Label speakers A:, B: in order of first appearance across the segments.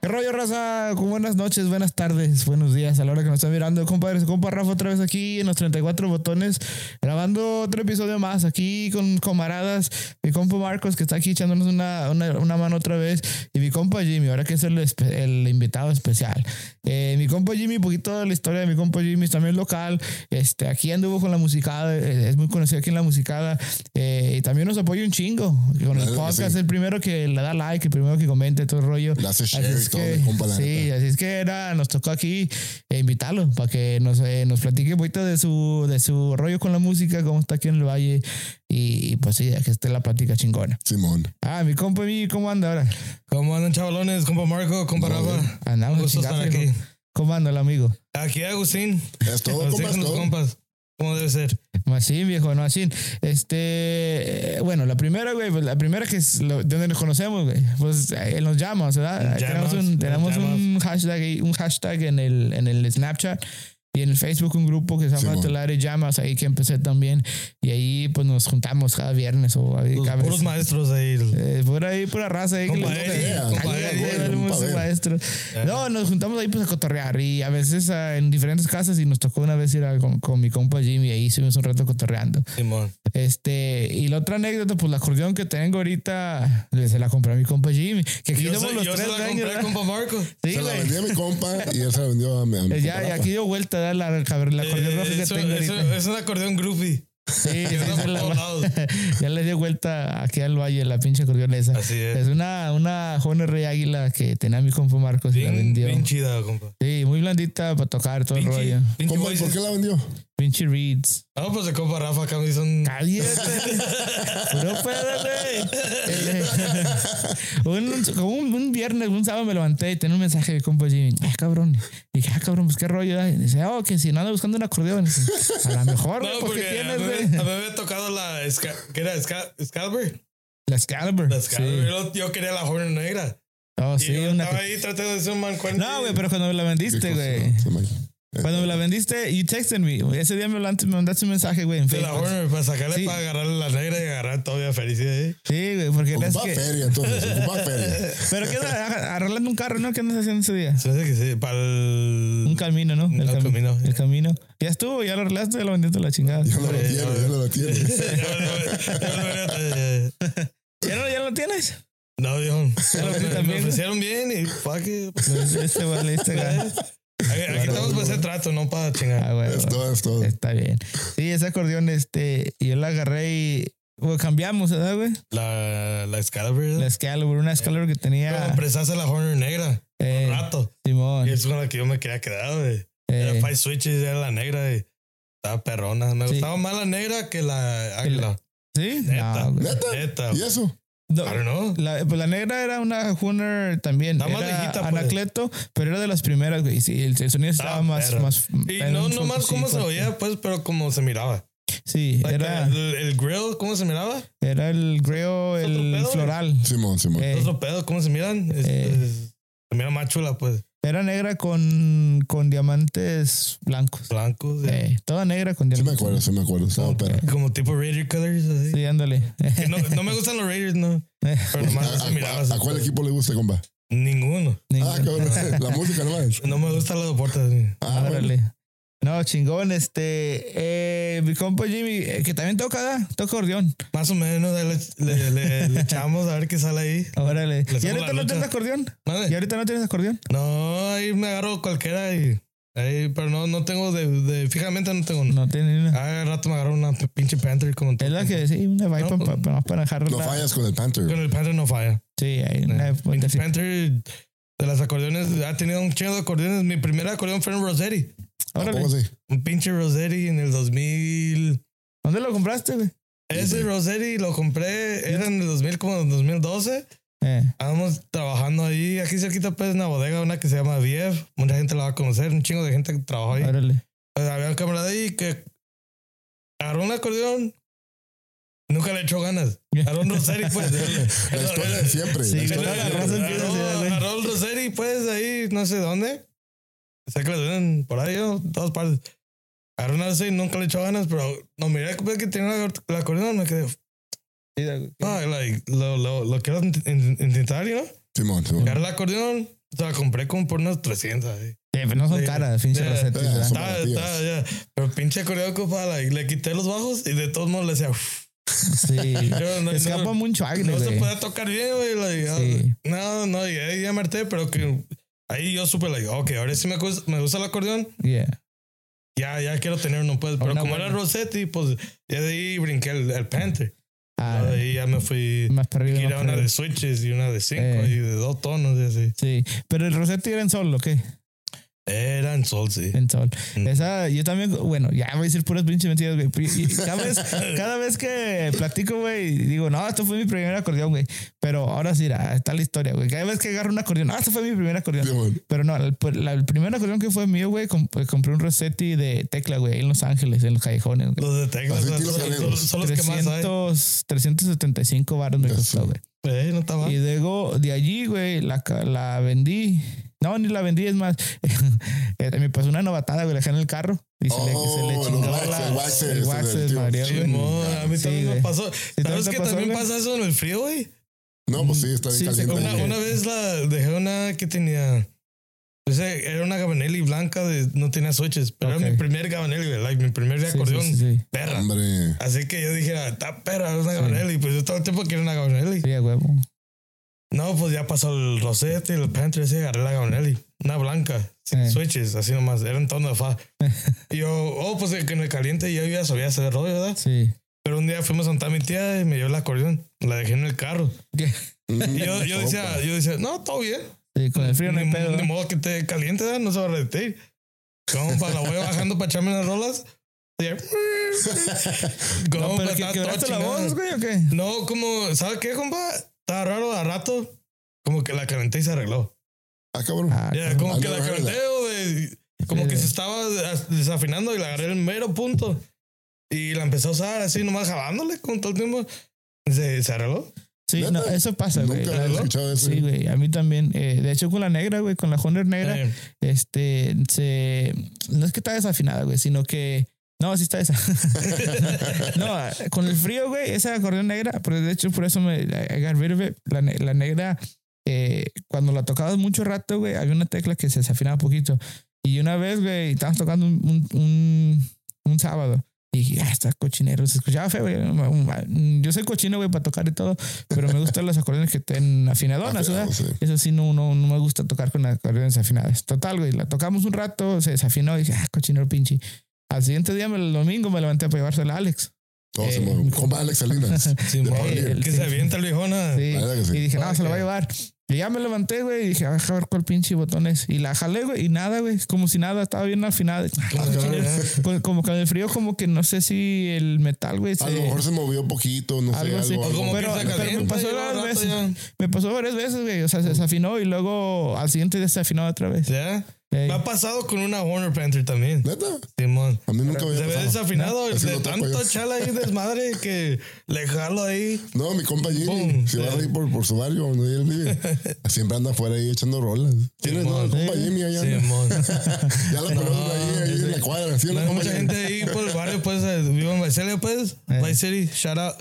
A: ¿Qué rollo, raza? Buenas noches, buenas tardes, buenos días a la hora que nos están mirando. Compadre, su compa Rafa otra vez aquí en los 34 botones, grabando otro episodio más aquí con camaradas. Mi compa Marcos que está aquí echándonos una, una, una mano otra vez y mi compa Jimmy, ahora que es el, espe- el invitado especial. Eh, mi compa Jimmy, poquito de la historia de mi compa Jimmy, es también local. Este, aquí anduvo con la musicada, eh, es muy conocido aquí en la musicada eh, y también nos apoya un chingo con el
B: Claro que
A: podcast.
B: sí.
A: El primero que le da like, el primero que comente todo el rollo.
B: Le hace share
A: Así
B: y
A: es
B: todo,
A: que-
B: mi compa, la
A: Sí, así es que era, nos tocó aquí eh, invitarlo para que nos, eh, nos platique un poquito de su, de su rollo con la música, cómo está aquí en el valle. Y, y, pues sí, que esté la plática chingona.
B: Simón.
A: Ah, mi compa, mi, ¿cómo anda ahora?
C: ¿Cómo andan, chavalones? Compa Marco, compa
B: No,
C: Rafa.
A: Andamos
C: Gusto
A: chingazo,
C: estar
A: hijo.
C: aquí.
A: ¿Cómo anda el amigo?
C: Aquí Agustín.
B: Es todo,
C: Los
B: compa, es
C: dejan los
B: todo.
C: compas. ¿Cómo debe ser?
A: Machín, viejo, no machín. Este, eh, bueno, la primera, güey, pues, la primera que es lo- de donde nos conocemos, güey, pues eh, en los llamas, ¿verdad?
C: Los
A: tenemos
C: llamas,
A: un,
C: los
A: tenemos
C: llamas.
A: un hashtag, ahí, un hashtag en el, en el Snapchat y en el Facebook un grupo que se llama
B: Simón.
A: Telares Llamas, ahí que empecé también y ahí pues nos juntamos cada viernes o ahí
C: Los
A: cada vez.
C: puros maestros ahí.
A: Eh, por ahí, pura raza ahí que
C: Compa
A: le-
C: Eddie,
A: Ahí
C: compa
A: le-
C: Eddie, Eh.
A: le- le-
B: compa
A: su
B: Eddie.
A: maestro. No, nos juntamos ahí pues a cotorrear y a veces ah, en diferentes casas y nos tocó una vez ir a- con, con mi compa Jimmy ahí estuvimos un rato cotorreando.
C: Simón.
A: Este, y la otra anécdota, pues la acordeón que tengo ahorita, le- se la compré a mi compa Jimmy, que aquí
C: Yo
A: somos
C: se,
A: los
C: yo
A: tres
C: se la
A: dueños,
C: compré,
A: ¿verdad?
C: compa Marco.
A: Sí,
B: Se la
A: güey. Eh,
B: vendió a mi compa y él se la vendió a mi, a mi
A: Ya,
B: compa
A: ya
B: Rafa.
A: aquí dio vuelta da la, la, la acordeón
C: Eh,
A: roja que
C: eso-
A: tengo
C: eso-
A: ahorita.
C: Es un acordeón groupie.
A: Sí, sí,
C: que anda
A: se
C: por
A: la-
C: todos lados.
A: ya le dio vuelta aquí al valle la pinche acordeón esa.
C: Así es.
A: Es una, una joven rey águila que tenía mi compa Marcos y la
C: Bien,
A: vendió.
C: bien chida, compa.
A: Sí, muy blandita para tocar todo el rollo.
C: Pinche- pinche
B: Compa,
C: güey,
B: ¿por qué la vendió?
A: Pinche reeds.
C: No, pues de compa Rafa acá me hizo un...
A: Cállate. Puro pedo, güey. un, como un, un viernes, un sábado me levanté y tenía un mensaje de compa Jimmy. Ah, cabrón. Y dije, ah, cabrón, pues qué rollo. eh? Y dice, oh, que si no ando buscando un acordeón. Y dice, a lo mejor,
C: No,
A: güey, porque
C: porque a,
A: tienes,
C: mí,
A: güey.
C: a mí me había tocado la... Esca, ¿Qué era? Esca, ¿Excalibur?
A: La Excalibur.
C: La Excalibur.
A: Sí.
C: Yo, yo quería la Horn Negra.
A: Oh,
C: y
A: sí,
C: yo
A: una.
C: estaba ahí tratando de hacer un mancuerno.
A: No, güey, pero cuando me la vendiste, este, güey.
B: Sí, man.
A: Cuando me la vendiste, you texted me. Ese día me hablaste- me mandaste un mensaje, güey, en
C: De la
A: Facebook.
C: Warner, para sacarle,
A: Sí.
C: para agarrarle la negra y agarrar todavía felicidad. ¿eh?
A: Sí, güey, porque te
B: Ocupa
A: que.
B: feria, entonces. Ocupa feria.
A: Pero que arreglando un carro, ¿no? ¿Qué andas haciendo ese día?
C: Se me hace que sí, para el.
A: Un camino, ¿no?
C: Un
A: El, cami-
C: camino.
A: El camino. Ya estuvo, ya lo arreglaste, ya lo vendiste a la chingada.
B: Ya no lo tiene, ya no lo tiene.
C: Ya lo- ya lo- ya lo- ya lo-
A: ¿Ya no, ya lo tienes?
C: No,
A: lo
C: viejo.
A: vi
C: Me- Me,
A: también.
C: ofrecieron bien y pa' que.
A: Este vale, este gana.
C: Aquí, aquí estamos para hacer trato, no para chingar.
A: Ah, güey,
B: Es
A: güey.
B: todo, es todo.
A: Está bien. Sí, ese acordeón, este, yo la agarré y bueno, cambiamos, ¿verdad, güey?
C: La, la Excalibur.
A: La
C: ¿no?
A: Excalibur, una Excalibur que
C: Pero
A: tenía
C: empezaste la Horner negra.
A: eh,
C: Un rato.
A: Simón.
C: Y es con la que yo me quería quedar, güey. Era
A: eh,
C: Five Switches, era la negra y estaba perrona. Me
A: Sí.
C: gustaba más la negra que la águila.
A: ¿Sí?
C: Neta.
A: No, güey.
B: Neta.
C: Neta.
B: ¿Y eso?
A: No,
C: I don't know.
A: La, pues la negra era una Hunter también.
C: Está más
A: era
C: viejita, pues.
A: Anacleto, pero era de las primeras, güey. Sí, el, el sonido estaba
C: Ah,
A: más,
C: perra.
A: más.
C: Y
A: era
C: no,
A: un
C: no
A: poco,
C: más
A: sí,
C: cómo se
A: fuerte.
C: veía, pues, pero cómo se miraba.
A: Sí,
C: Like,
A: era.
C: El, el grill, cómo se miraba.
A: Era el greo,
C: ¿Es otro
A: el
C: pedo, güey?
A: floral.
B: Simón, Simón.
A: Eh,
C: Otro pedo, cómo se miran. Es-
A: Eh.
C: es- se mira más chula, pues.
A: era negra con, con diamantes blancos.
C: Blancos. eh,
A: Eh, toda negra con
B: Sí me
A: diamantes.
B: acuerdo, sí me acuerdo. Estaba perro.
C: Como tipo Raider Colors. Así.
A: Sí, ándale.
B: Ah,
C: Que No, no me gustan los Raiders, no.
A: Eh.
C: Pero nomás se miraba.
B: ¿A,
C: así,
B: a- a cuál
C: pues.
B: equipo le gusta, compa?
C: Ninguno.
B: Ah, cabrón. La música nomás.
C: No me gustan los deportes. güey.
B: Ah, bueno.
A: Ábrale. No, chingón, este, eh, mi compa Jimmy, eh, que también toca, ¿da? toca acordeón.
C: Más o menos, ahí le, le- le- le echamos a ver qué sale ahí.
A: Órale.
C: hacemos
A: ¿Y ahorita
C: la
A: no
C: lucha.
A: tienes acordeón?
C: Madre.
A: ¿Y ahorita no tienes acordeón?
C: No, ahí me agarro cualquiera y. Ahí, pero no, no tengo de, de- Fijamente no tengo.
A: No tienes ni una.
C: Ah, al rato me agarró una p- pinche Panther como
A: Es la que, sí, una vibe
C: No, pues,
A: pa- pa- pa- para dejarla.
B: No fallas con el Panther.
C: Con el Panther no falla.
A: Sí, hay una
C: Eh, Pinche Panther de las acordeones ha tenido un chingo de acordeones. Mi primer acordeón fue en Rosetti.
B: ¿A
A: Órale.
B: poco sí?
C: Un pinche Rosetti en el 2000.
A: ¿Dónde lo compraste, güey?
C: Ese Rosetti lo compré, era en el 2000 como en el 2012.
A: Eh,
C: Estábamos trabajando ahí, aquí cerquita pues una bodega, una que se llama Viev. Mucha gente la va a conocer, un chingo de gente que trabajó ahí.
A: órale.
C: Pues, había un camarada ahí que agarró un acordeón. Nunca le echó ganas. Agarró un Rosetti pues.
B: La historia de siempre.
A: Sí,
B: la
A: güey,
B: historia
A: la
B: de siempre.
A: raza empieza a decir, güey.
C: Agarró el Roseri, pues, ahí, no sé dónde. Sé que lo tienen por ahí, ¿no? en todas partes. Agarró una Roseri, nunca le echó ganas, pero no miré que- que tenía la, la acordeón, me quedé.
A: Sí, da-
C: Ah, like, lo, lo, lo quiero int- int- intentar, ¿no?
B: Simón, Simón.
C: Agarré el acordeón, O sea, compré como por unas 300. ahí.
A: Sí, pero no son
C: Sí.
A: caras, pinche
C: Sí.
A: rosetas.
B: Sí,
A: ¿verdad?
B: son
C: Estaba,
B: baratillas.
C: estaba, ya. Pero pinche coreógrafo, para, y le quité los bajos y de todos modos le decía, "Uf".
A: Sí.
C: Yo no-
A: Escapa
C: no-
A: mucho
C: no
A: Agnes,
C: se
A: güey.
C: podía tocar bien, güey. la- ya-
A: Sí.
C: No, no, y ahí ya me harté, pero que ahí yo supe, like, ok, ahora sí me gusta, me gusta el acordeón,
A: Yeah.
C: ya, ya quiero tener uno, pues. Pero
A: Una
C: como
A: buena.
C: era Rossetti, pues ya de ahí brinqué el, el Panther.
A: Ah,
C: Ya de ahí ya me fui.
A: más para arriba.
C: que
A: más
C: Era
A: para
C: una
A: arriba.
C: de switches y una de cinco
A: Eh.
C: y de dos tonos y así.
A: Sí, pero el Rosetti era en sol, ¿o qué?
C: Era en sol, sí.
A: En sol.
C: Mm.
A: Esa, yo también, bueno, ya voy a decir puras pinches mentiras, güey. Y- y Cada vez, cada vez que platico, güey, digo, no, esto fue mi primer acordeón, güey. Pero ahora sí, ah, está la historia, güey. Cada vez que agarro un acordeón, ah, esto fue mi primer acordeón.
B: Simón.
A: Pero no, el, pues, la- el primer acordeón que fue mío, güey, comp- compré un Rosetti de tecla, güey, ahí en Los Ángeles, en los callejones. güey.
C: Los de Texas
B: Así
C: son,
B: tiros
C: son-
B: amigos.
C: son los que más hay.
A: 300, 375 baros me
B: Ya
A: costó,
B: sé.
A: güey.
C: Eh, no está mal.
A: Y luego de allí, güey, la, ca- la vendí. No, ni la vendí, es más. eh, me pasó una novatada, güey, la dejé en el carro. Y se le,
B: Oh,
A: se le
B: los
A: chingó
B: waxes,
A: la-
B: waxes,
A: el
B: ese
A: wax
B: del
A: se
B: tío.
A: desmadrió,
C: Sí,
A: güey.
C: mo, a mí
A: Sí,
C: también me
A: güey.
C: pasó.
A: también
C: ¿Sabes
A: te
C: que
A: pasó,
C: también
A: güey?
C: pasa eso en el frío, güey?
B: No, pues sí, está bien
A: Sí, sí,
B: caliente.
C: Una,
A: Oye.
C: una vez la dejé una que tenía. o sea, era una Gabanelli blanca, de, no tenía switches, pero
A: Ok.
C: era mi primer Gabanelli, güey, like, mi primer
A: Sí, sí,
C: acordeón,
A: sí, sí.
C: perra.
B: Hombre.
C: Así que yo dije, "Ah, está perra, es una
A: Sí.
C: Gabanelli. Pues yo todo el tiempo quería una Gabanelli.
A: Sí, a huevo.
C: No, pues ya pasó el Rosette y el Pantry, así agarré la Gabanelli. Una blanca, sin
A: Sí.
C: switches, así nomás. Era en tono de fa. y yo, oh, pues que en el caliente yo ya sabía hacer rollo, ¿verdad?
A: Sí.
C: Pero un día fuimos a montar a mi tía y me dio el acordeón. La dejé en el carro. Y yo, yo decía, yo decía, no, todo bien.
A: Sí, con el frío no hay
C: ni,
A: pedo.
C: ni
A: ¿no?
C: modo que te caliente, ¿verdad? no se va a derretir. Compa, la voy bajando para echarme las rolas. Y ya-
A: No, pero
C: Compa,
A: que
C: está
A: quebraste
C: todo
A: la
C: chingado.
A: voz, güey, ¿o qué?
C: No, como, ¿sabes qué, compa? Estaba raro a rato. Como que la calenté y se arregló.
B: Ah, cabrón.
A: Ah,
C: Ya,
A: cabrón.
C: como que
B: Anda,
C: la
B: bájala.
C: calenté, o de- como
A: Sí,
C: que
A: de-
C: se estaba des- desafinando y la agarré el mero punto. Y la empecé a usar así, nomás jalándole con todo el tiempo. Se, se arregló.
A: Sí,
B: Neta,
A: no, eso pasa, güey.
B: Nunca
A: La-
B: había escuchado eso.
A: Sí, güey, a mí también. Eh, de hecho, con la negra, güey, con la Honda negra,
C: Eh,
A: este, se, no es que está desafinada, güey, sino que, no, sí está desafinada. no, con el frío, güey, esa acordeón negra, pero de hecho por eso me I got rid of it. la, ne- la negra, eh, cuando la tocabas mucho rato, güey, había una tecla que se desafinaba poquito. Y una vez, güey, estábamos tocando un, un, un- un sábado. Y dije, ah, está cochinero. Se escuchaba feo, güey. Yo soy cochino, güey, para tocar y todo. Pero me gustan los acordeones que estén afinadonas, ¿verdad?
B: Ah, sí.
A: Eso sí, no, no, no me gusta tocar con acordeones afinadas. Total, güey, la tocamos un rato, se desafinó y dije, ah, cochinero pinche. Al siguiente día, me- el domingo, me levanté para llevársela a Alex.
B: No,
A: Eh,
B: Simón. Compa Alex Salinas.
C: Simón,
B: Oye,
A: el-
C: que se avienta el viejona.
A: Sí.
B: verdad Ah, que sí.
A: Y dije, no,
C: Ah,
A: se la va a
C: ok.
A: llevar. Y ya me levanté, güey, y dije, "Ah, deja ver cuál pinche botón es. Y la jalé, güey, y nada, güey, como si nada, estaba bien al final.
B: Ah, cabrón.
A: Con- como con el frío, como que no sé si el metal, güey,
B: A
A: se-
B: lo mejor se movió poquito, no sé.
A: Algo
B: Algo,
A: así.
B: algo,
C: O como
A: Pero-
C: que se
A: pero
C: calienta,
A: me pasó
C: y luego al
A: varias
C: rato
A: me pasó varias veces, güey. O sea, se desafinó y luego al siguiente día se desafinó otra vez.
C: Ya. Ya.
A: Ey.
C: Me ha pasado con una Warner Panther también.
B: ¿Neta?
C: Simón.
B: A mí nunca me
C: Se
B: había
C: ve
B: pasado.
C: desafinado
B: Así
C: de
B: lo toco
C: tanto
B: yo.
C: chala ahí desmadre que le jalo ahí.
B: No, mi compa Jimmy
C: Pum,
B: se va a
C: sí.
B: reír por, por su barrio donde él vive. Siempre anda afuera ahí echando rolas. Tienes, no, el
C: Simón.
B: compa Jimmy allá. anda.
C: Simón.
B: Ya lo conocen ahí, ahí en la cuadra. Sí,
C: No
B: no,
C: hay
B: compa
C: mucha
B: Jimmy.
C: gente ahí por el barrio, pues, eh, vivo en Visalia, pues.
A: Eh.
C: Vice City, shout out.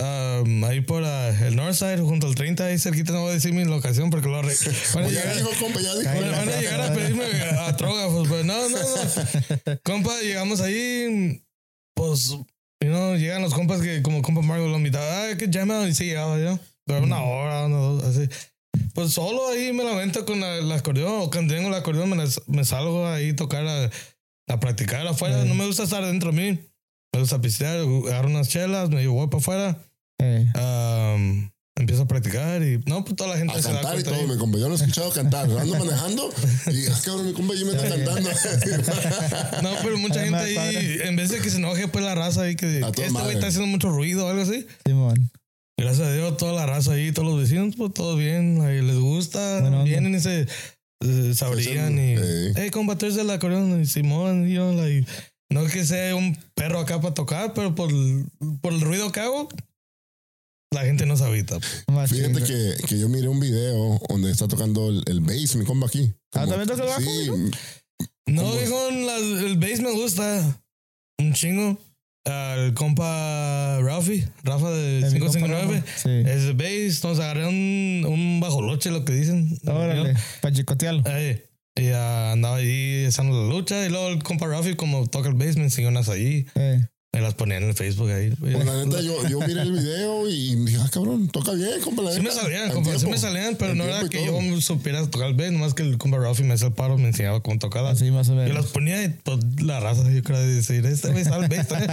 C: Um, ahí por ah, el Northside, junto al 30, ahí cerquita, no voy a decir mi locación porque lo re... van a
B: Pues ya
C: llegar-
B: dijo, compa, ya dijo.
C: Van, van a llegar a pedirme a trógafos, pero no, no, no. Compa, llegamos ahí, pues, you know, llegan los compas que como compa Margo lo invitaba, ah, que llama y sí llegaba yo, pero una
B: Mm.
C: hora, una dos, así. Pues solo ahí me lamento con la, el acordeón, o cuando tengo el acordeón me, las- me salgo ahí a tocar, a, a practicar afuera,
B: Mm.
C: no me gusta estar dentro de mí, me gusta pistear, agarro unas chelas, me voy para afuera,
A: Eh,
C: am, empiezo a practicar y no, pues toda la gente
B: A
C: se da
B: cantar y
C: cuenta.
B: todo,
C: ahí.
B: mi compa. Yo lo he escuchado cantar. Ando manejando y, ah, cabrón, mi compa Jimmy está
A: Sí.
B: cantando.
C: No, pero mucha
A: Además,
C: gente ahí,
A: padre.
C: en vez de que se enoje, pues la raza ahí que,
B: A
C: que
B: toda
C: este güey
B: madre.
C: está haciendo mucho ruido o algo así.
A: Simón.
C: Gracias a Dios, toda la raza ahí, todos los vecinos, pues todo bien, ahí les gusta,
A: Buena onda.
C: vienen y se, eh, se abrían y.
B: Sí.
C: Hey, combatores de la Coreana, y Simón, y yo, like, no que sea un perro acá para tocar, pero por, el- por el ruido que hago, la gente no se habita. pues.
A: Más
B: Fíjate
A: chingo.
B: que, que yo miré un video donde está tocando el, el bass, mi compa aquí.
A: Ah, ¿también toca el bajo,
B: Sí,
C: No,
B: ¿Cómo?
C: viejo, la- el bass me gusta un chingo. al compa Rafi, Rafa de
A: De mi compa
C: 559,
A: Rafa, sí.
C: es de bass, nos agarré un, un bajoloche, lo que dicen.
A: Órale, para chicotearlo.
C: Ey, y ah, andaba ahí echando la lucha. Y luego el compa Rafi, como toca el bass, me enseñó unas ahí.
A: Eh.
C: Me las ponía en el Facebook ahí.
B: Pues la neta, yo, yo miré el video y me dije, ah, cabrón, toca bien, compa. La
C: Sí me
B: neta,
C: salían,
B: al
C: compa, sí
B: tiempo.
C: me salían, pero
B: Al
C: no
B: tiempo
C: era
B: y
C: que
B: todo.
C: yo supiera tocar el bass, nomás que el compa Rafi me hacía el paro, me enseñaba cómo tocarlas.
A: Así Ah, más o
C: Yo las
A: menos.
C: ponía y toda la raza, yo creo, de decir, este güey sabe el bass también".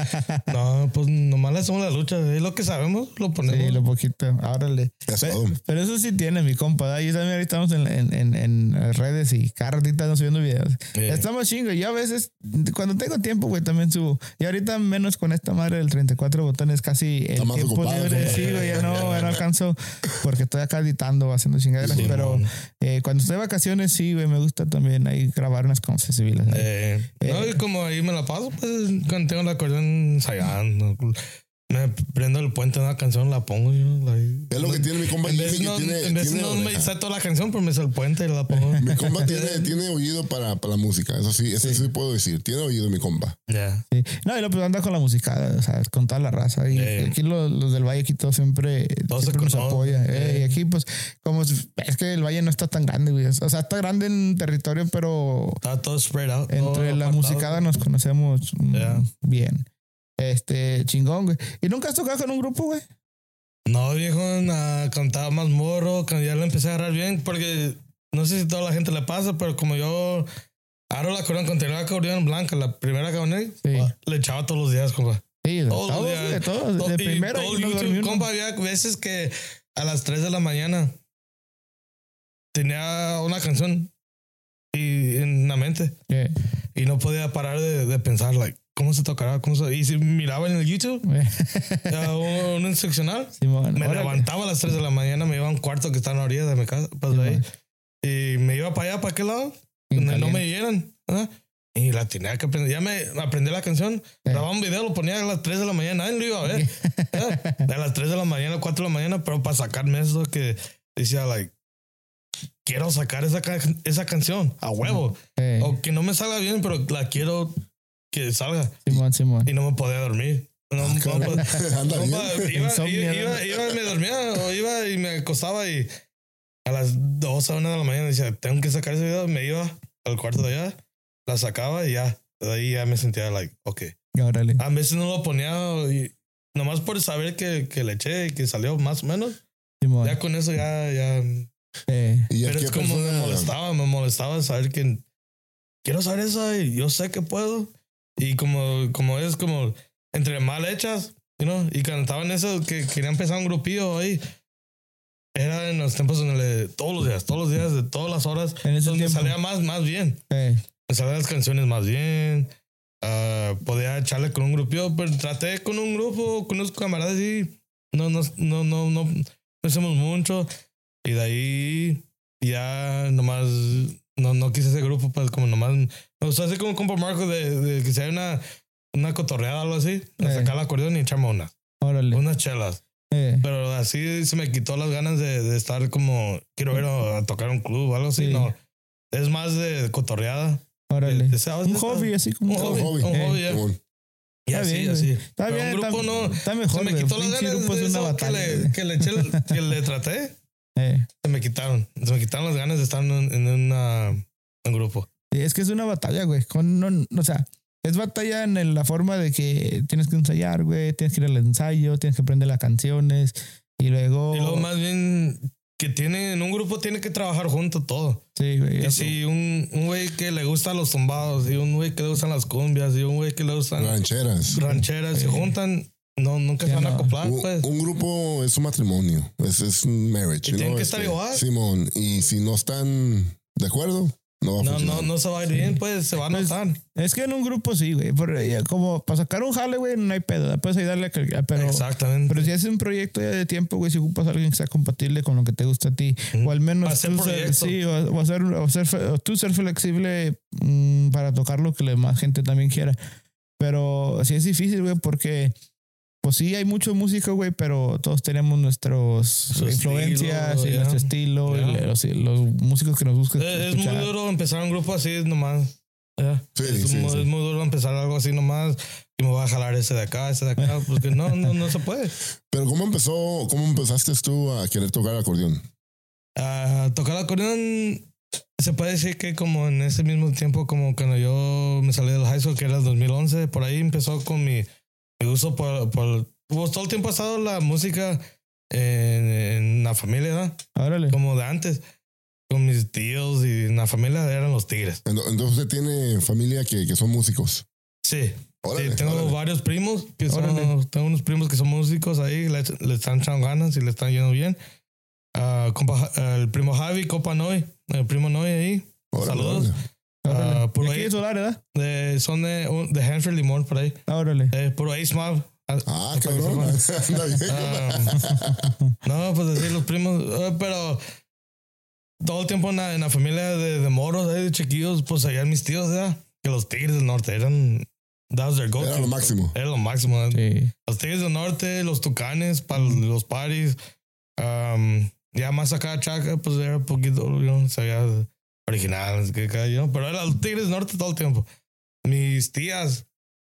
C: No, pues nomás le hacemos la lucha, es lo que sabemos, lo ponemos.
A: Sí, lo poquito. Órale.
B: Casado.
A: Pero eso sí tiene mi compa. ¿verdad? Yo también ahorita estamos en, en, en, en redes y cada ratito estamos subiendo videos.
C: Eh.
A: Estamos chingo. Yo a veces, cuando tengo tiempo, güey, también subo. Y ahorita menos con esta madre del 34 botones, casi el
B: Está más
A: tiempo
B: ocupado,
A: libre.
B: compa.
A: Sí, güey, ya no, ya no alcanzo porque estoy acá editando, haciendo chingaderas.
C: Sí,
A: pero
C: mon.
A: eh, cuando estoy de vacaciones, sí, güey, me gusta también ahí grabar unas cosas civiles. ahí.
C: Eh, no, y como ahí me la paso, pues cuando tengo la acordeón ensayando, me prendo el puente de una canción, la pongo yo. la-
B: Es lo que tiene mi compa
C: En vez
B: Jimmy,
C: no,
B: que tiene.
C: en vez
B: tiene
C: no me
B: oreja.
C: hice toda la canción, pero me hice el puente y la pongo.
B: Mi compa tiene, tiene oído para, para la música, eso sí, eso sí. puedo decir. Tiene oído mi compa.
C: Ya.
A: Sí. No, y lo pues anda con la musicada, o sea, con toda la raza. Y
C: Eh.
A: aquí los, los del Valle, aquí todos siempre,
C: Todos se
A: siempre nos
C: conocen.
A: apoya.
C: Eh.
A: Eh, Y aquí, pues, como es, es que el Valle no está tan grande, güey. O sea, está grande en territorio, pero
C: Está todo spread out. todo
A: entre la
C: apartado.
A: musicada nos conocemos mm,
C: Yeah.
A: bien. Este, chingón, güey. ¿Y nunca has tocado con un grupo, güey?
C: No, viejo, na, cantaba más morro, cuando ya lo empecé a agarrar bien, porque no sé si toda la gente le pasa, pero como yo agarro la acordeón, cuando tenía la acordeón blanca, la primera que gané,
A: Sí.
C: le echaba todos los días, compa.
A: Sí, de
C: Todos
A: todos,
C: los días.
A: güey, todos.
C: To-
A: de
C: y
A: primero
C: todo
A: y luego
C: YouTube,
A: dormí uno.
C: compa, había veces que a las 3 de la mañana tenía una canción y en la mente
A: Yeah,
C: y no podía parar de, de pensar, like, ¿cómo se tocará? ¿Cómo se... Y si miraba en el YouTube,
A: güey.
C: ya, un, un instruccional,
A: Simón,
C: me
A: órale.
C: levantaba a las 3 de la mañana, me iba a un cuarto que está en la orilla de mi casa, pues,
A: Simón.
C: ahí, y me iba para allá, para aquel lado,
A: Bien
C: donde no me
A: caliente.
C: dieran. ¿verdad? Y la tenía que aprender. Ya me aprendí la canción. Grababa un video, lo ponía a las 3 de la mañana. Nadie lo iba a ver. ¿verdad? a las 3 de la mañana, 4 de la mañana. Pero para sacarme eso que decía, like, quiero sacar esa, ca- esa canción a huevo.
A: Eh,
C: O que no me salga bien, pero la quiero que salga.
A: Simón, Simón.
C: Y no me podía dormir. No, no
B: cabrón.
C: pod-
B: Anda bien.
C: Compa, iba,
A: Insomnio,
C: iba,
A: ¿no?
C: iba- iba y me dormía o iba y me acostaba y a las 2 a 1 de la mañana decía, tengo que sacar ese video. Me iba al cuarto de allá, la sacaba y ya. De ahí ya me sentía like, ok.
A: Órale.
C: A veces no lo ponía y nomás por saber que, que le eché y que salió más o menos.
A: Simón.
C: Ya con eso ya, ya.
A: Eh,
B: Y
C: Pero
B: aquí
C: es como me molestaba, me molestaba saber que quiero saber eso y yo sé que puedo. Y como, como es como entre mal hechas, you know, y cantaban eso que quería empezar un grupillo ahí. Era en los tiempos donde le- todos los días, todos los días, de todas las horas,
A: En ese
C: donde
A: tiempo.
C: salía más, más bien.
A: eh.
C: Me salían pues, las canciones más bien. ah, podía echarle con un grupillo, pero traté con un grupo, con unos camaradas y no, no, no, no, no, no hicimos mucho. Y de ahí ya nomás, no, no quise ese grupo, pues como nomás, me gustó así como compa Marco de, de que sea una, una cotorreada o algo así,
A: Eh.
C: sacar el acordeón y echarme unas,
A: Órale.
C: unas chelas.
A: Eh.
C: Pero así se me quitó las ganas de, de estar como, quiero ir a, a tocar un club o algo así,
A: Sí.
C: no. Es más de cotorreada.
A: Órale.
C: Eh, ¿sabes?
A: Un hobby así como
C: Un hobby.
B: hobby. eh,
C: Un hobby, ya.
B: Simón.
C: Y
A: Está
C: así,
A: bien,
C: así.
A: Está
C: Pero
A: bien,
C: un grupo
A: está,
C: no.
A: está
C: Se
A: mejor.
C: me
A: güey.
C: quitó las
A: Pinche
C: ganas
A: grupo es
C: de
A: una
C: eso que
A: batalla,
C: le,
A: güey.
C: que le eché el- que le traté.
A: Eh,
C: Se me quitaron. Se me quitaron las ganas de estar en, un- en una, un grupo.
A: sí, es que es una batalla, güey. Con, no, o sea, es batalla en el- la forma de que tienes que ensayar, güey. Tienes que ir al ensayo, tienes que aprender las canciones. Y luego.
C: Y luego más bien que tiene, en un grupo tiene que trabajar junto todo.
A: Sí, güey.
C: Y
A: ya-
C: si un un güey que le gustan los tumbados, y un güey que le gustan las cumbias, y un güey que le gustan
B: Rancheras.
C: rancheras, se juntan, no, nunca se
A: Ya
C: van a
A: no.
C: acoplar,
B: Un,
C: pues.
B: un grupo es un matrimonio, es, es un marriage.
C: Y
B: ¿no?
C: tienen que
B: Este,
C: estar igual.
B: Simón, y si no están de acuerdo, uh, no va a
C: No,
B: funcionar.
C: no, no se va a ir bien, pues se va a
A: Pues,
C: notar.
A: Es que en un grupo sí, güey. por- eh, Como para sacar un jale, güey, no hay pedo. ¿verdad? Puedes ayudarle a que- Pero,
C: Exactamente.
A: pero si es un proyecto ya de tiempo, güey, si ocupas a alguien que sea compatible con lo que te gusta a ti.
C: Mm.
A: O al menos
C: Hacer
A: tú ser,
C: proyecto.
A: sí, o, o hacer- o ser fe- o tú ser flexible mm, para tocar lo que la más gente también quiera. Pero sí es difícil, güey, porque pues sí hay mucho músico, güey, pero todos tenemos nuestras
C: Su
A: influencias
C: estilo,
A: y
C: ya.
A: nuestro estilo y
C: Ya.
A: los, los músicos que nos buscan.
C: Eh, Es, es muy duro empezar un grupo así nomás.
B: Sí,
C: es,
B: sí,
C: muy,
B: sí.
C: es muy duro empezar algo así nomás. y me voy a jalar ese de acá, ese de acá, porque no, no, no se puede.
B: Pero ¿cómo empezó, cómo empezaste tú a querer tocar acordeón?
C: Ah, tocar acordeón se puede decir que como en ese mismo tiempo como cuando yo me salí del high school que era el 2011 por ahí empezó con mi, mi gusto por, por pues, todo el tiempo ha estado la música en, en la familia ¿verdad?
A: Órale.
C: como de antes con mis tíos y en la familia eran los tigres
B: Ento- Entonces usted tiene familia que, que son músicos.
C: sí
B: Órale,
C: Sí, tengo
B: órale.
C: varios primos que son-
A: Órale.
C: tengo unos primos que son músicos ahí, le, le están echando ganas y le están yendo bien. Ah, compa Ja- el primo Javi, compa Noy, el primo Noy ahí,
B: Órale,
C: saludos.
B: órale.
A: órale.
C: ah, por
A: ¿Y aquí
C: ahí-
A: es solar, ¿verdad?
C: de- son de, un- de Hanford Limón por ahí,
A: Ah, órale.
C: eh, por ahí Smab. Ah,
B: Ah,
C: para que
B: cabrón.
C: sepan.
B: Anda bien.
C: Ah, no, pues así los primos, eh, pero todo el tiempo en la, en la familia de, de moros, ahí de chiquillos, pues allá mis tíos, ¿verdad? que los tigres del norte eran, that was their go-to.
B: Era lo máximo.
C: Era lo máximo. eh. ¿verdad?
A: Sí.
C: Los Tigres del Norte, los Tucanes, para los paris. am, ya más acá, Chaca, pues era un poquito, you know, se veía original, es que acá, you know, pero era los Tigres del Norte todo el tiempo. Mis tías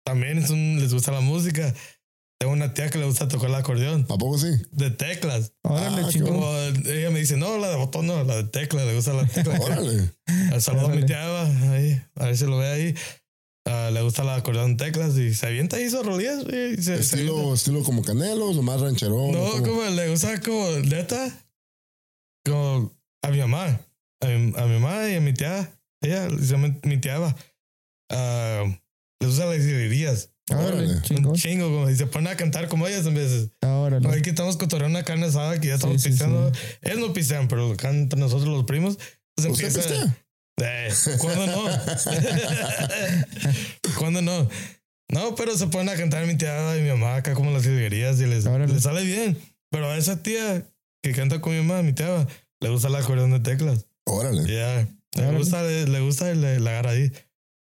C: también son- les gusta la música. Tengo una tía que le gusta tocar el acordeón
B: ¿A poco sí?
C: de teclas.
A: Órale,
B: Ah, qué
A: chingón.
C: Como ella me dice, no, la de botón, no, la de tecla, le gusta la tecla.
B: Órale.
C: Eh, Saludo a mi
A: Órale.
C: tía Eva, ahí, a ver si lo ve ahí. Ah, le gusta la acordeón de teclas y se avienta y hizo rolillas. güey, y se- se avienta.
B: Estilo, estilo como canelos o más rancherón.
C: No,
B: o como-
C: como le gusta como neta. Como a mi mamá. A mi, a mi mamá y a mi tía. Ella se llama mi tía Eva. Ah, les gusta las librerías.
A: Órale,
B: Órale.
A: chingón.
C: Un chingo, como, y se ponen a cantar como ellas en veces.
A: Órale.
C: Aquí estamos cotorreando una carne asada que ya estamos
A: Sí, sí,
C: pisteando. Ellos no pistean, pero cantan nosotros los primos. Pues
B: ¿Usted
C: empieza-
B: pistea?
C: eh, ¿Cuándo no? ¿Cuándo no? No, pero se ponen a cantar mi tía y mi mamá acá como las librerías y les,
A: Órale.
C: les sale bien. Pero a esa tía que canta con mi mamá, mi tía, le gusta la acordeón de teclas.
B: Órale.
C: Ya, le
A: Órale.
C: gusta, le, le gusta y le, le agarra ahí.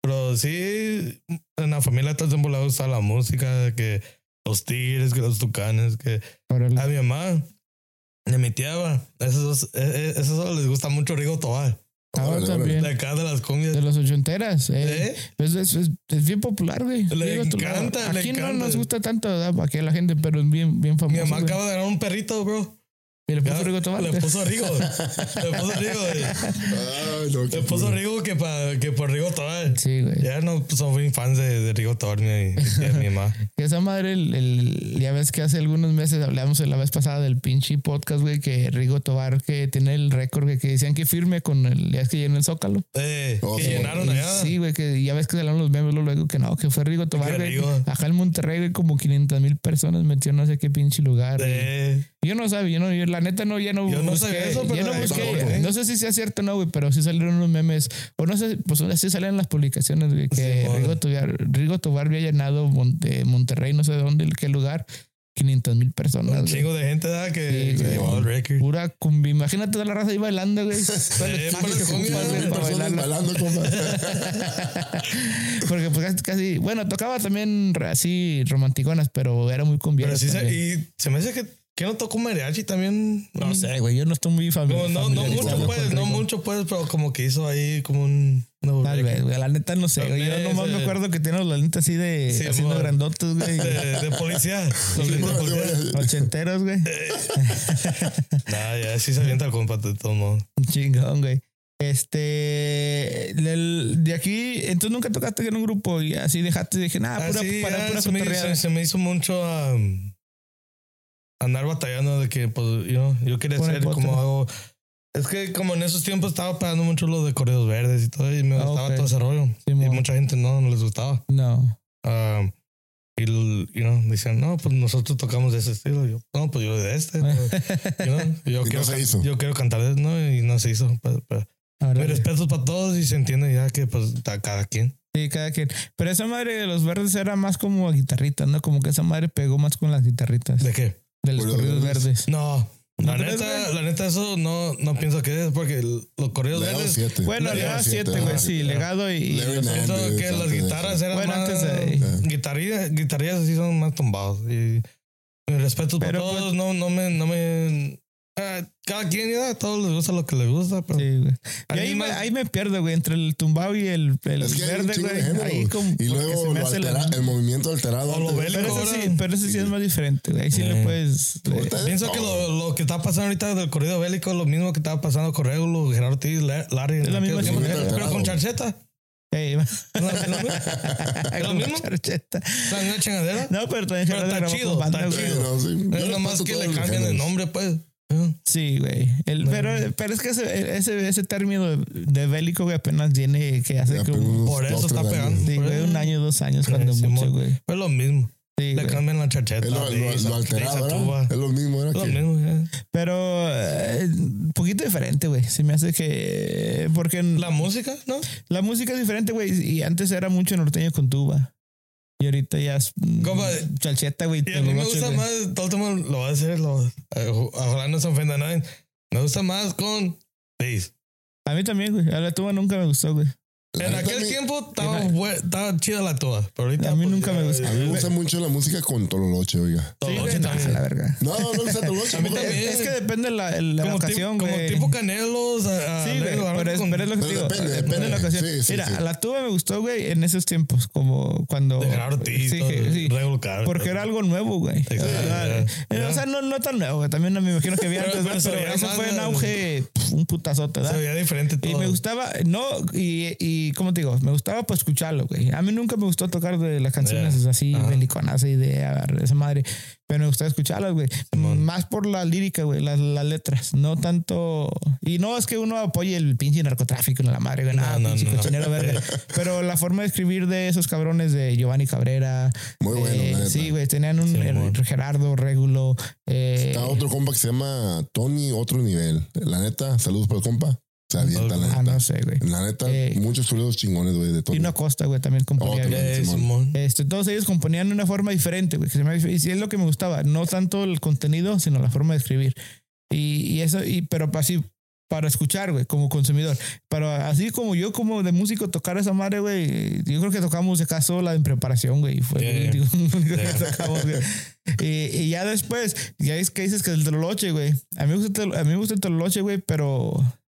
C: Pero sí, en la familia todo el tiempo le gusta la música, que los tigres, que los tucanes, que
A: Órale.
C: a mi mamá, a mi tía, a esos, dos- eh, eh, esos dos les gusta mucho Rigo Tobar.
A: Ahora
B: Órale,
A: también.
C: De acá de las cumbias.
A: De los ochenteras. eh.
C: ¿Eh?
A: Es, es- es- es bien popular, güey.
C: Le
A: Digo, tú-
C: encanta, le
A: Aquí no
C: encanta.
A: nos gusta tanto, ¿verdad? Aquí a la gente, pero es bien, bien
C: Mi
A: famoso.
C: mamá
A: güey.
C: acaba de ganar un perrito, bro.
A: Y le
C: Ya,
A: puso Rigo Tobar.
C: Le puso Rigo. Le puso Rigo. güey.
B: Ay, no, qué
C: Le puso
B: cool.
C: Rigo que, pa- que por Rigo Tobar.
A: Sí, güey.
C: Ya no pues, son muy fans de, de Rigo Tobar, mi, mi, mi mamá.
A: Que Esa madre, el, el- ya ves que hace algunos meses hablamos la vez pasada del pinche podcast, güey, que Rigo Tobar que tiene el récord, que, que decían que firme con el, ya es que llenó el Zócalo.
C: Eh,
B: Oh,
C: que
B: sí.
C: llenaron allá.
A: Sí, güey, que ya ves que salieron los memes luego, luego que no, que fue Rigo Tobar,
C: Que
A: güey.
C: Rigo.
A: Acá en Monterrey, güey, como 500 mil personas metió no sé qué pinche lugar. güey.
C: Eh,
A: Yo no sabía, yo no, yo la neta no, ya no
C: Yo no
A: busqué,
C: sabía eso,
A: ya
C: pero ¿eh?
A: no
C: ahí
A: busqué.
B: está, güey.
A: No sé si sea cierto o no, güey, pero sí salieron unos memes, o no sé, pues así salieron las publicaciones, güey, que
C: Simón.
A: Rigo, Tobar, Rigo Tobar había llenado Mon- de Monterrey, no sé de dónde, qué lugar, 500 mil personas,
C: un
A: güey.
C: chingo de gente ¿verdad? que,
A: Sí,
C: que
A: güey.
C: llevó el récord.
A: Pura cumbia, imagínate toda la raza ahí bailando, güey.
C: Eh,
A: Todas
C: pura
A: las
C: cumbia,
A: compas, güey,
C: güey,
A: para
B: Personas
A: bailarla.
B: bailando, compa.
A: Porque pues casi, casi- bueno, tocaba también así romanticonas, pero era muy cumbia.
C: Pero sí, se, y se me hace que, que no tocó mariachi también.
A: no sé, güey, yo no estoy muy familiar.
C: Como no, no mucho,
A: familiarizado
C: pues,
A: con
C: no
A: Rigo.
C: mucho, pues, pero como que hizo ahí como un. nuevo
A: Tal
C: récord.
A: vez, güey, la neta no sé,
C: Tal
A: güey. Yo
C: vez,
A: nomás me
C: eh.
A: acuerdo que tiene los lentes así de,
C: Sí,
A: así
C: amor.
A: de grandotes, güey.
C: De, de policía. Los de policía.
A: Ochenteros, güey.
C: Nah, ya sí se avienta el compa de todo modo.
A: Chingón, güey. Este, del- de aquí, entonces nunca tocaste en un grupo y así dejaste, dije, nada, pura,
C: Así,
A: para
C: ah,
A: pura
C: se, me,
A: cotorreada.
C: se- se me hizo mucho am, andar batallando de que pues yo, yo quería
A: Con el
C: ser
A: pote.
C: como hago. Es que como en esos tiempos estaba pegando mucho lo de correos verdes y todo, y me
A: Ah,
C: gustaba
A: ok.
C: todo ese rollo. y
A: Simón.
C: mucha gente no, no les gustaba.
A: No.
C: Am, y el- you know, decían, no, pues nosotros tocamos de ese estilo. Yo, no, pues yo de este. pues, you know, yo,
B: Y
C: quiero,
B: no se
C: can-
B: hizo.
C: yo quiero cantar de no, y no se hizo. Pero, pero,
A: Ahora,
C: mi respeto para todos y se entiende ya que pues a cada quien.
A: sí, cada quien. Pero esa madre de los verdes era más como a guitarritas, ¿no? Como que esa madre pegó más con las guitarritas
C: ¿De qué?
A: de los
B: Por los
A: corridos
B: verdes.
A: verdes.
C: No.
A: ¿No
C: La
A: crees,
C: neta,
A: güey?
C: la neta, eso no, no pienso que es porque el- los correos
B: Legado
C: verdes.
B: siete.
A: Bueno,
C: Legado
A: legado
B: siete,
A: 7, güey,
B: ajá.
A: sí, legado y. y
B: Larry
A: los-
B: Nance,
C: Siento que
B: something
C: las
B: like
C: guitarras eran
A: Bueno,
C: más.
A: antes de-
C: Guitarrillas, guitarrillas así son más tumbados. Y, y respeto para
A: Pero,
C: todos,
A: pues-
C: no, no me, no me ah, cada quien, ya, a todos les gusta lo que les gusta, pero.
A: Sí, güey.
C: A
A: Y
C: mí
A: ahí,
C: más-
A: me, ahí me pierdo, güey, entre el tumbado y el, el
B: Es que hay un
A: verde,
B: chingo de
A: güey.
B: géneros.
A: Ahí como
B: y
A: porque se
B: luego
A: me
B: lo
A: hace la-
B: altera- el movimiento alterado.
C: O lo
B: antes.
C: bélico.
A: Pero eso
C: Ahora-
A: sí, pero eso sí es más diferente, güey. Ahí sí le
C: Eh.
A: puedes. le-
B: Ahorita-
C: Pienso que lo, lo que está pasando ahorita del corrido bélico es lo mismo que estaba pasando Correo, Gerardo Ortiz, La- Larry.
A: Es la
C: en
A: misma
C: aquellos tiempos,
B: chingadera.
C: Pero con charcheta.
A: Ey,
C: Es lo- es lo mismo.
A: como
C: mismo?
A: charcheta.
C: Es la misma chingadera.
A: No, pero también
C: Pero
A: Gerardo
C: está
A: grabó
C: chido,
A: con banda,
C: está
A: güey.
C: chido.
B: Pero sí, yo
C: Es
B: le
C: nomás
B: paso
C: que
B: todos
C: le
B: los
C: cambian el
B: géneros.
C: nombre, pues. Ah.
A: Sí, güey. El- Pero, pero es que ese, ese, ese término de bélico, güey, apenas tiene que hace
B: Ya, pero
A: como.
B: unos
C: Por eso
B: dos,
C: está
B: tres años.
C: pegando.
A: Sí, güey, un año, dos años, cuando
C: Sí,
A: mucho,
C: mo-
A: güey.
C: Es pues, lo mismo.
A: Sí,
C: Le
A: güey.
C: cambian la charcheta.
B: Es lo,
C: le
B: lo- lo
C: hizo- le hizo
B: alterado,
C: tuba.
B: ¿verdad? Es lo mismo,
C: Es
B: ¿verdad?
C: lo
B: Que-
C: mismo, ya.
A: Pero eh, un poquito diferente, güey. Se me hace que. Porque en-
C: La música, ¿no?
A: La música es diferente, güey. Y antes era mucho norteño con tuba. Y ahorita ya es. mm,
C: Compa,
A: Chalcheta, güey.
C: Y a mí me
A: toloche,
C: gusta
A: güey.
C: más, todo el mundo lo va a hacer, lo, eh, ojalá no se ofenda a nadie. Me gusta más con bass.
A: A mí también, güey. A la tuba nunca me gustó, güey.
B: La
C: En
B: neta, a
C: aquel
B: mí-
C: tiempo estaba,
A: Era-
C: bue- estaba chida la toa, pero ahorita.
A: A mí
C: pues,
A: nunca
C: ya-
A: me gustó.
B: A mí me gusta mucho la música con Tololoche, oiga.
C: Todo
A: Sí,
C: ocho
A: güey, no,
C: también.
A: a la verga.
B: No, no me gusta Tololoche.
C: A mí
B: pero-
C: también.
A: Es, es que depende la, la
C: Como, ti-
A: ocasión,
C: como
A: güey.
C: tipo canelos. a- a-
A: Sí, güey,
C: a-
A: pero es,
C: con-
A: pero es lo que te
B: Pero
A: digo.
B: depende,
A: Depende, de la
B: depende.
A: ocasión.
B: Sí, sí,
A: Mira,
B: sí.
A: la tuba me gustó, güey, en esos tiempos, como cuando.
C: de Gerardo Ortiz,
A: Sí,
C: todo,
A: que- sí.
C: Raúl Caro.
A: Porque era algo nuevo, güey.
C: Sí,
A: Ah,
C: ya,
A: eh, O
C: ya.
A: sea, no, no tan nuevo, güey. También me imagino que había
C: Pero-
A: antes,
C: pero
A: ¿no?
C: se
A: pero,
C: veía
A: eso
C: más,
A: fue un
C: ¿no?
A: auge, pf, un putazote,
C: Se
A: ¿verdad?
C: veía diferente todo.
A: Y me gustaba, no, y, y ¿cómo te digo? Me gustaba pues escucharlo, güey. A mí nunca me gustó tocar de las canciones
C: Ya,
A: así,
C: ajá.
A: beliconas, así de a ver, esa madre. Pero me gustaba escucharlas, güey.
C: Simón.
A: Más por la lírica, güey, las, las letras. No tanto. Y no es que uno apoye el pinche narcotráfico en la madre, güey.
C: No,
A: nada,
C: no,
A: pinche
C: no.
A: cochinero, verga. Pero la forma de escribir de esos cabrones de Giovanni Cabrera.
B: Muy bueno,
A: eh,
B: la neta.
A: sí, güey. Tenían un
C: Simón.
A: eh, Gerardo, Régulo. Eh,
B: Está otro compa que se llama Tony Otro Nivel. La neta, saludos para el compa. Se avienta, la
A: ah,
B: neta.
A: no sé, güey.
B: La neta,
A: Eh,
B: muchos sonidos chingones, güey, de Tony.
A: Tino Acosta, güey, también componía.
B: Otro.
A: bien.
C: Eh,
B: Simón.
C: Simón.
A: Este, todos ellos componían de una forma diferente, güey. que se me- Y sí es lo que me gustaba. No tanto el contenido, sino la forma de escribir. Y, y eso, y, pero pa- así, para escuchar, güey, como consumidor. Pero así como yo, como de músico, tocar esa madre, güey. Yo creo que tocamos de caso la en preparación, güey. y Fue
C: Yeah.
A: lo único- lo único que
C: Yeah.
A: tocamos, güey. Y, y ya después, ya es que dices que el Tololoche, güey. A mí me gusta, el Tol- a mí me gusta el Tololoche, güey, pero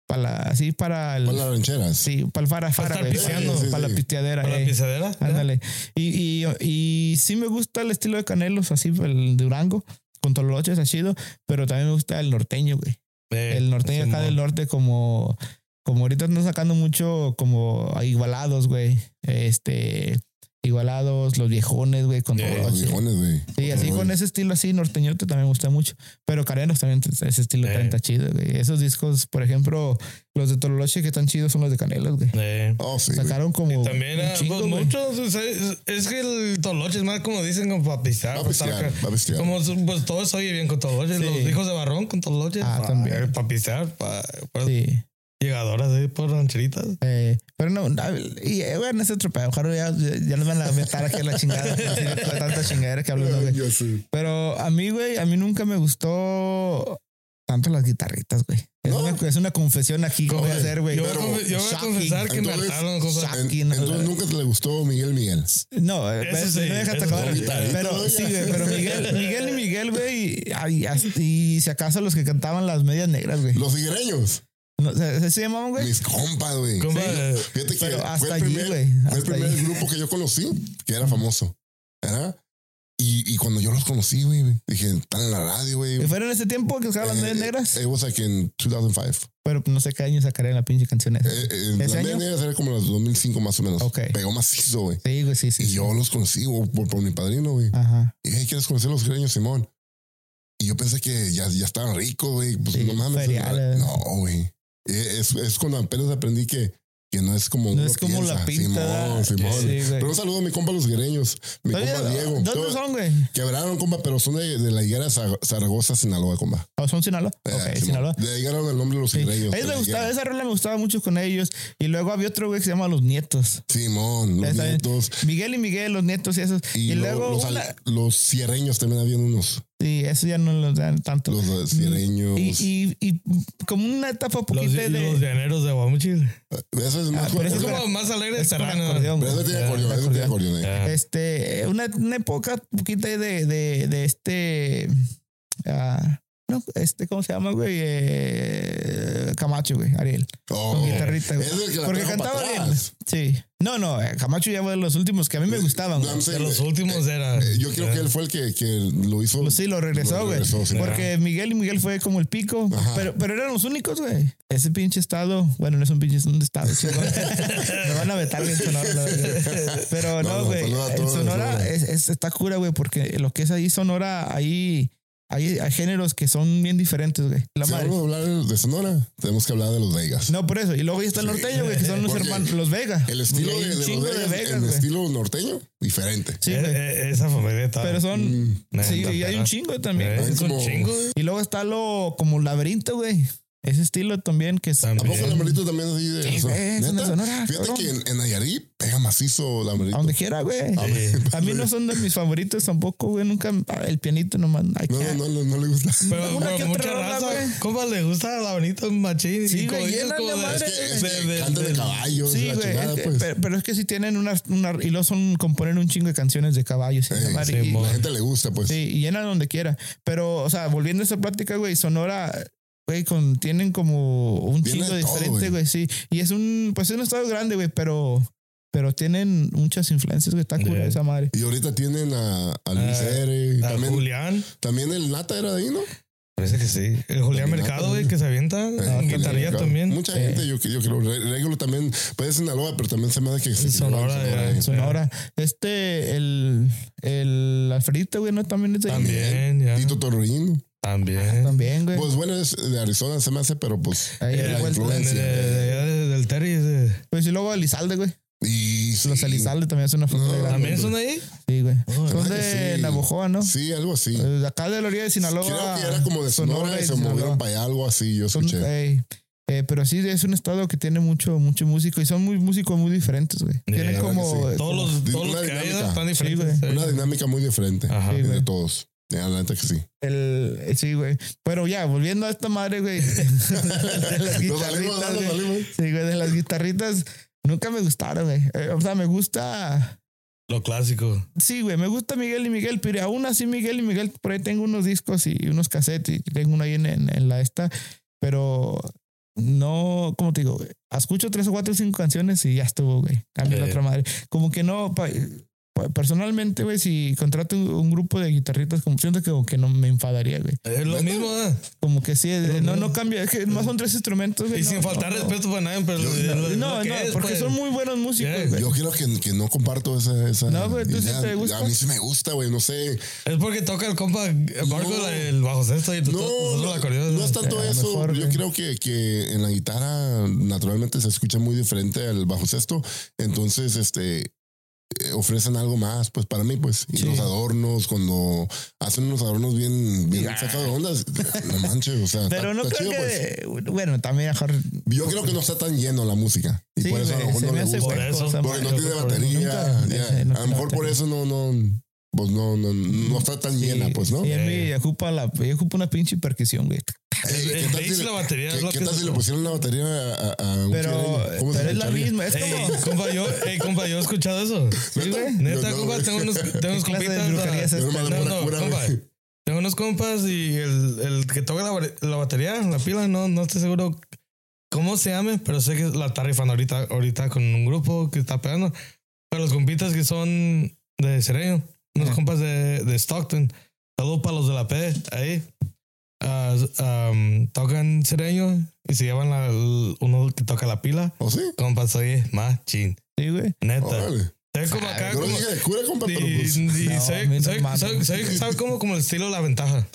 A: para la- así para el.
B: Para las rancheras.
A: Sí, para el Fara Fara,
C: estar
A: güey.
C: pisteando.
B: Sí, sí,
A: Para la
B: sí.
A: pisteadera,
C: Para la
A: eh.
C: pisadera.
A: Ándale. Y, y, y sí me gusta el estilo de Canelos, así el Durango, con Tololoche está chido, pero también me gusta el norteño, güey. El norteño acá del norte, como, como ahorita andan sacando mucho, como a igualados, güey. Este, igualados, los viejones, güey, con
C: Sí,
B: Para
A: Tololoche.
B: Los viejones, güey.
A: Sí, así con ese estilo así norteñote también me gusta mucho. Pero Canelos también, t- ese estilo
C: Eh.
A: también está chido, güey. Esos discos, por ejemplo, los de Tololoche que están chidos son los de Canelos, güey.
C: Eh.
B: Oh, sí. güey.
A: Sacaron como.
C: También
A: un
C: ah,
A: chingo,
C: pues,
A: güey.
C: muchos, o sea, es, es que el Toloche es más como dicen, como para pisar.
B: Va a
C: para estar
B: pistear,
C: acá.
B: va a pistear.
C: Como su- pues todo se oye bien con Toloche,
A: Sí.
C: los hijos de Barrón con Toloche.
A: Ah,
C: para,
A: también.
C: Para pisar, para, para
A: Sí.
C: pues, llegadoras ahí por rancheritas.
A: Eh, pero no, no, y eh, bueno, ese tropeo, ojalá ya, ya nos van a meter aquí a la chingada. por decir tanta chingadera que hablamos, güey.
B: Yo sí.
A: Pero a mí, güey, a mí nunca me gustó tanto las guitarritas, güey. Es,
B: ¿No?
A: una, es una confesión aquí que voy a
B: Oye,
A: hacer, güey.
C: Yo,
B: pero-
C: voy a confe- yo voy a
A: shocking.
C: confesar que
B: Entonces,
C: me hartaron cosas.
B: En-
A: Aquí no-
B: entonces nunca te le gustó Miguel Miguel.
A: No, eh,
C: Eso sí,
A: no dejas
C: eso
A: acabar. Pero
C: sí.
B: Guitarrita,
A: sí,
B: oiga.
A: güey, pero Miguel, Miguel y Miguel, güey, ay, as- y si acaso los que cantaban las medias negras, güey.
B: Los higuereños.
A: No, ¿se, se- se llamaban, güey?
B: Mis compas, güey.
C: Compa, eh,
B: Fíjate que
A: Pero hasta
B: fue el
A: allí,
B: primer,
A: güey,
B: fue el
A: hasta
B: primer
A: allí.
B: grupo que yo conocí que era famoso. ¿verdad? Y, y cuando yo los conocí, güey, dije, están en la radio, güey.
A: ¿Que ¿Fueron en ese tiempo que usaban las
B: Eh,
A: medias negras?
B: It was like in 2005.
A: Pero pues, no sé qué año sacarían la pinche canción esa.
B: Eh, eh, las
A: año?
B: medias negras era como los 2005 más o menos.
A: Ok.
B: Pegó macizo, güey.
A: Sí, güey, sí, sí.
B: Y
A: sí.
B: yo los conocí güey, por, por mi padrino, güey.
A: Ajá.
B: Y hey, ¿quieres conocer los greños, Simón? Y yo pensé que ya, ya estaban ricos, güey. Pues
A: Sí,
B: no mames.
A: feriales.
B: No, güey. Eh, Es, es cuando apenas aprendí que, que no es como.
A: No
B: uno
A: es como la
B: piensa.
A: pinta. ¿verdad?
B: Simón, Simón.
A: Sí, güey.
B: Pero un saludo a mi compa los greños. Mi
A: Oye,
B: compa Diego.
A: ¿Dónde
B: Yo-
A: son, güey?
B: Quebraron, compa, pero son de, de la higuera Zar- Zaragoza, Sinaloa, compa.
A: ¿O son Sinaloa?
B: Eh,
A: ok,
B: Simón.
A: Sinaloa.
B: De ahí ganaron el nombre de los
A: Sí. Ellos
B: greños.
A: me
B: la
A: gustaba,
B: higuera.
A: esa rola me gustaba mucho con ellos. Y luego había otro güey que se llama Los Nietos.
B: Simón, los
A: Está bien.
B: nietos.
A: Miguel y Miguel, los nietos y esos.
B: Y,
A: Y,
B: lo-
A: luego.
B: los, al-
A: una-
B: los cierreños también habían unos.
A: sí, eso ya no los dan tanto.
B: Los eh, cierreños.
A: Mm, y, y, y como una etapa
C: Los,
A: poquita de.
C: los llaneros de Guamuchil.
B: Eso es
A: Ah,
B: más
A: pero
B: como-
A: eso
C: Es
A: es Ah,
B: pero
C: como más alegre de
A: es con
C: Serrano.
A: acordeón, güey.
B: eso tiene
C: Ya,
B: acordeón, eso tiene eh. acordeón ahí.
C: Ya.
A: Este, una, una época poquita de, de, de este. ah, No, este, ¿cómo se llama, güey? Eh, Camacho, güey, Ariel.
B: Oh,
A: Con guitarrita, güey.
B: Es el que la
A: Porque
B: trajo pa'
A: cantaba Ariel.
B: atrás.
A: Sí. No, no, eh, Camacho ya fue de los últimos que a mí me gustaban, güey.
B: I'm saying,
C: De los últimos era.
B: eh, Yo creo que él fue el que, que lo hizo.
A: Pues sí, lo regresó,
B: Lo
A: güey.
B: regresó, sí.
A: Porque Miguel y Miguel fue como el pico.
B: Ajá.
A: Pero, pero eran los únicos, güey. Ese pinche estado. Bueno, no es un pinche, es un estado, chingón. Me van a vetar bien Sonora. la verdad. Pero
B: No,
A: no,
B: no,
A: güey.
B: saluda a
A: en
B: todos,
A: Sonora
B: Sonora.
A: es, es- está cura, güey, porque lo que es ahí Sonora, ahí hay, hay géneros que son bien diferentes, güey. La
B: Si
A: madre.
B: vamos a hablar de Sonora, tenemos que hablar de los Vegas.
A: No, por eso. Y luego ya está el norteño, güey, que son los
B: Porque
A: hermanos, los Vega.
B: El estilo
A: Hay
B: de,
A: un
B: de los
A: chingo
B: Vegas, el
A: güey.
B: estilo norteño, diferente.
A: Sí,
C: Eh,
A: güey.
C: eh, esa familia está.
A: Pero son.
B: Mm,
C: neta,
A: Sí, y hay
C: pero-
A: un chingo también.
C: Eh,
A: güey.
B: es
C: Es un
B: como-
C: chingo, güey.
A: Y luego está lo como laberinto, güey. Ese estilo también que es.
B: ¿A poco el amarito también así de
A: Sí, güey, es una
B: ¿Neta?
A: sonora,
B: Fíjate
A: cabrón.
B: que en, en Nayarit pega macizo el
A: A
B: amarito.
A: donde quiera, güey.
B: A ver,
A: A mí no son de mis favoritos tampoco, güey. Nunca ah, el pianito nomás. Ay,
B: No,
A: qué-
B: no, no, no le gusta.
C: Pero,
A: Una
C: pero
A: que
C: mucha
A: otra rola,
C: raza.
A: güey.
C: ¿Cómo le gusta la bonita machín?
A: Sí,
C: Y
A: güey,
C: como dices,
A: llenan
C: como
A: de
B: Es
A: madre,
B: que, es
C: de-
B: que
C: de-
B: cantan de
C: de-
B: caballos,
A: Sí,
B: la
A: güey.
B: chingada,
A: es que-
B: pues.
A: pero, pero es que si tienen una, una- Y luego son componen un chingo de canciones de caballos. y la
B: Ey,
A: madre,
C: sí,
A: y-
B: La gente le gusta, pues.
A: Sí, y llenan donde quiera. Pero, o sea, volviendo a esa plática, güey, Sonora, güey, con, tienen como un
B: Tiene
A: chingo
B: de todo,
A: diferente,
B: güey.
A: güey, sí. Y es un, pues es un estado grande, güey, pero, pero tienen muchas influencias, güey, está cura
C: Yeah.
A: esa madre.
B: Y ahorita tienen a, a Luis
C: Ah,
B: R.
C: Ah,
B: También,
C: Julián.
B: también el Nata era de ahí, ¿no?
C: Parece que sí. El Julián
B: También
C: Mercado,
B: Nata,
C: güey,
B: güey.
C: que se avienta.
A: Ah,
B: Eh,
C: en guitarrilla
B: claro.
C: también.
B: Mucha gente, yo, yo creo. Re- Regulo también. Puede ser Sinaloa, pero también se me hace que se
C: Sonora, eh.
B: eh.
A: Sonora. Este, el, el Alfredito, güey, no también es de
C: También, ya.
B: Tito Torreín.
C: También.
A: Ah, También, güey.
B: Pues bueno, es de Arizona, se me hace, pero pues.
A: Ahí
B: la
A: de vuelta.
C: De- Eh, de-
B: influencia.
C: de- allá de- Del Terry. de-
A: Pues y luego Elizalde, güey.
B: Y sí.
A: Los Elizalde también es una familia
B: No,
A: grande.
C: ¿También son ahí?
A: Sí, güey.
B: ¿verdad
A: son de
B: que sí?
A: Navojoa, ¿no?
B: Sí, algo así.
A: Eh, de acá de la orilla de Sinaloa.
B: Creo que era como de Sonora, y se
A: Sinaloa.
B: movieron para allá, algo así. Yo
A: Son-
B: escuché.
A: ey, eh, pero sí, es un estado que tiene mucho, mucho músico y son muy músicos muy diferentes, güey. Tienen
C: claro
A: como.
B: que sí.
A: eh,
C: Todos los,
B: Di-
C: todos
B: una
C: los que hay
B: dinámica.
C: están
A: Sí,
C: diferentes. eh.
A: güey.
B: Una dinámica muy diferente
C: Ajá.
A: Ah, Sí, güey.
B: entre todos. Ya, la neta que sí.
A: el- eh, sí, güey. Pero ya, volviendo a esta madre, güey. de las
B: Nos salimos,
A: guitarritas,
B: nos
A: güey.
B: salimos.
A: Sí, güey, de las guitarritas. Nunca me gustaron, güey. Eh, o sea, me gusta.
C: Lo clásico.
A: Sí, güey, me gusta Miguel y Miguel, pero aún así Miguel y Miguel, por ahí tengo unos discos y unos cassettes y tengo uno ahí en, en- en la esta, pero no, como te digo, güey, escucho tres o cuatro o cinco canciones y ya estuvo, güey. Cambio la
C: Eh.
A: otra madre. Como que no, pa- pa- personalmente, güey, si contrato un, un grupo de guitarritas, como siento que, como que no me enfadaría, güey.
C: Es lo
B: ¿Neta?
C: mismo, ¿eh?
A: Como que sí,
C: Pero
A: no,
C: no.
A: no cambia, es que más son tres instrumentos, güey.
C: Y sin
A: no,
C: faltar
A: no, no.
C: respeto para nadie, pero.
B: Yo-
C: es lo-
A: No,
C: lo
A: no,
C: que es,
A: porque
C: pues.
A: son muy buenos músicos,
C: Yeah.
A: güey.
B: Yo creo que, que no comparto esa. esa
A: No, güey, tú sí
B: idea.
A: te gusta.
B: A mí sí me gusta, güey. No sé.
C: Es porque toca el compa el Marco
B: No.
C: la- el bajo sexto y
B: No,
C: nosotros el
B: no,
C: acordeón.
B: no es tanto
A: a lo
B: eso.
A: mejor,
B: Yo
A: güey.
B: creo que, que en la guitarra naturalmente se escucha muy diferente al bajo sexto. Entonces, este eh, ofrecen algo más, pues para mí, pues. Y
A: Sí.
B: los adornos, cuando hacen unos adornos bien, bien sacados de ondas, no manches, o sea. está-
A: Pero no
B: está
A: creo
B: chido, pues.
A: que. Bueno, también mejor.
B: Yo creo que no está tan lleno la música. Y por eso a lo mejor no le gusta.
C: Por eso.
B: Porque no tiene batería. ya. a lo mejor por eso no, no, pues no, no, no está tan llena, pues, ¿no?
A: Y a mí ocupa, la, ella ocupa una pinche percusión, güey.
B: Ey,
C: El-
B: ¿qué
C: el
B: tal
C: bass
B: si
C: y Eh, la
B: le-
C: batería es
B: ¿Qué,
C: lo
B: qué
C: que
B: tal
C: se-
B: si le pusieron una batería a, a, a un
A: Pero,
B: chileño? ¿Cómo se
A: pero es la
B: escucharía?
A: misma. Es
C: Ey,
A: como.
C: compa, yo, ey, compa, yo he escuchado eso.
A: Sí, güey.
C: Neta,
B: Yo no,
C: compa,
B: güey.
C: tengo unos, tengo unos
A: ¿Qué clase de
C: compitas.
A: brujería es
C: ah,
B: Yo nomás le
C: No,
B: pongo
C: no,
B: pura-
C: compa. Tengo unos compas y el, el que toca la, bar- la batería, la pila, no, no estoy seguro cómo se llame, pero sé que la está rifando ahorita, ahorita con un grupo que está pegando. Pero los compitas que son de Cereño, unos
A: Ah.
C: compas de, de Stockton, saludos para los de la P, ahí. Ah, s- am, tocan Cereño y se llevan la- l- uno que toca la pila.
B: ¿O sí?
C: Compas, oye, machín,
A: Sí, güey.
C: neta.
B: Órale.
C: Es como
A: Ah,
C: acá,
B: Yo lo
C: como-
B: dije de cura, compa,
C: y,
B: pero pues,
C: y
A: No, a mí
C: soy,
A: no
C: soy-
A: mames.
C: soy- soy- ¿sabe cómo? Como el estilo la ventaja.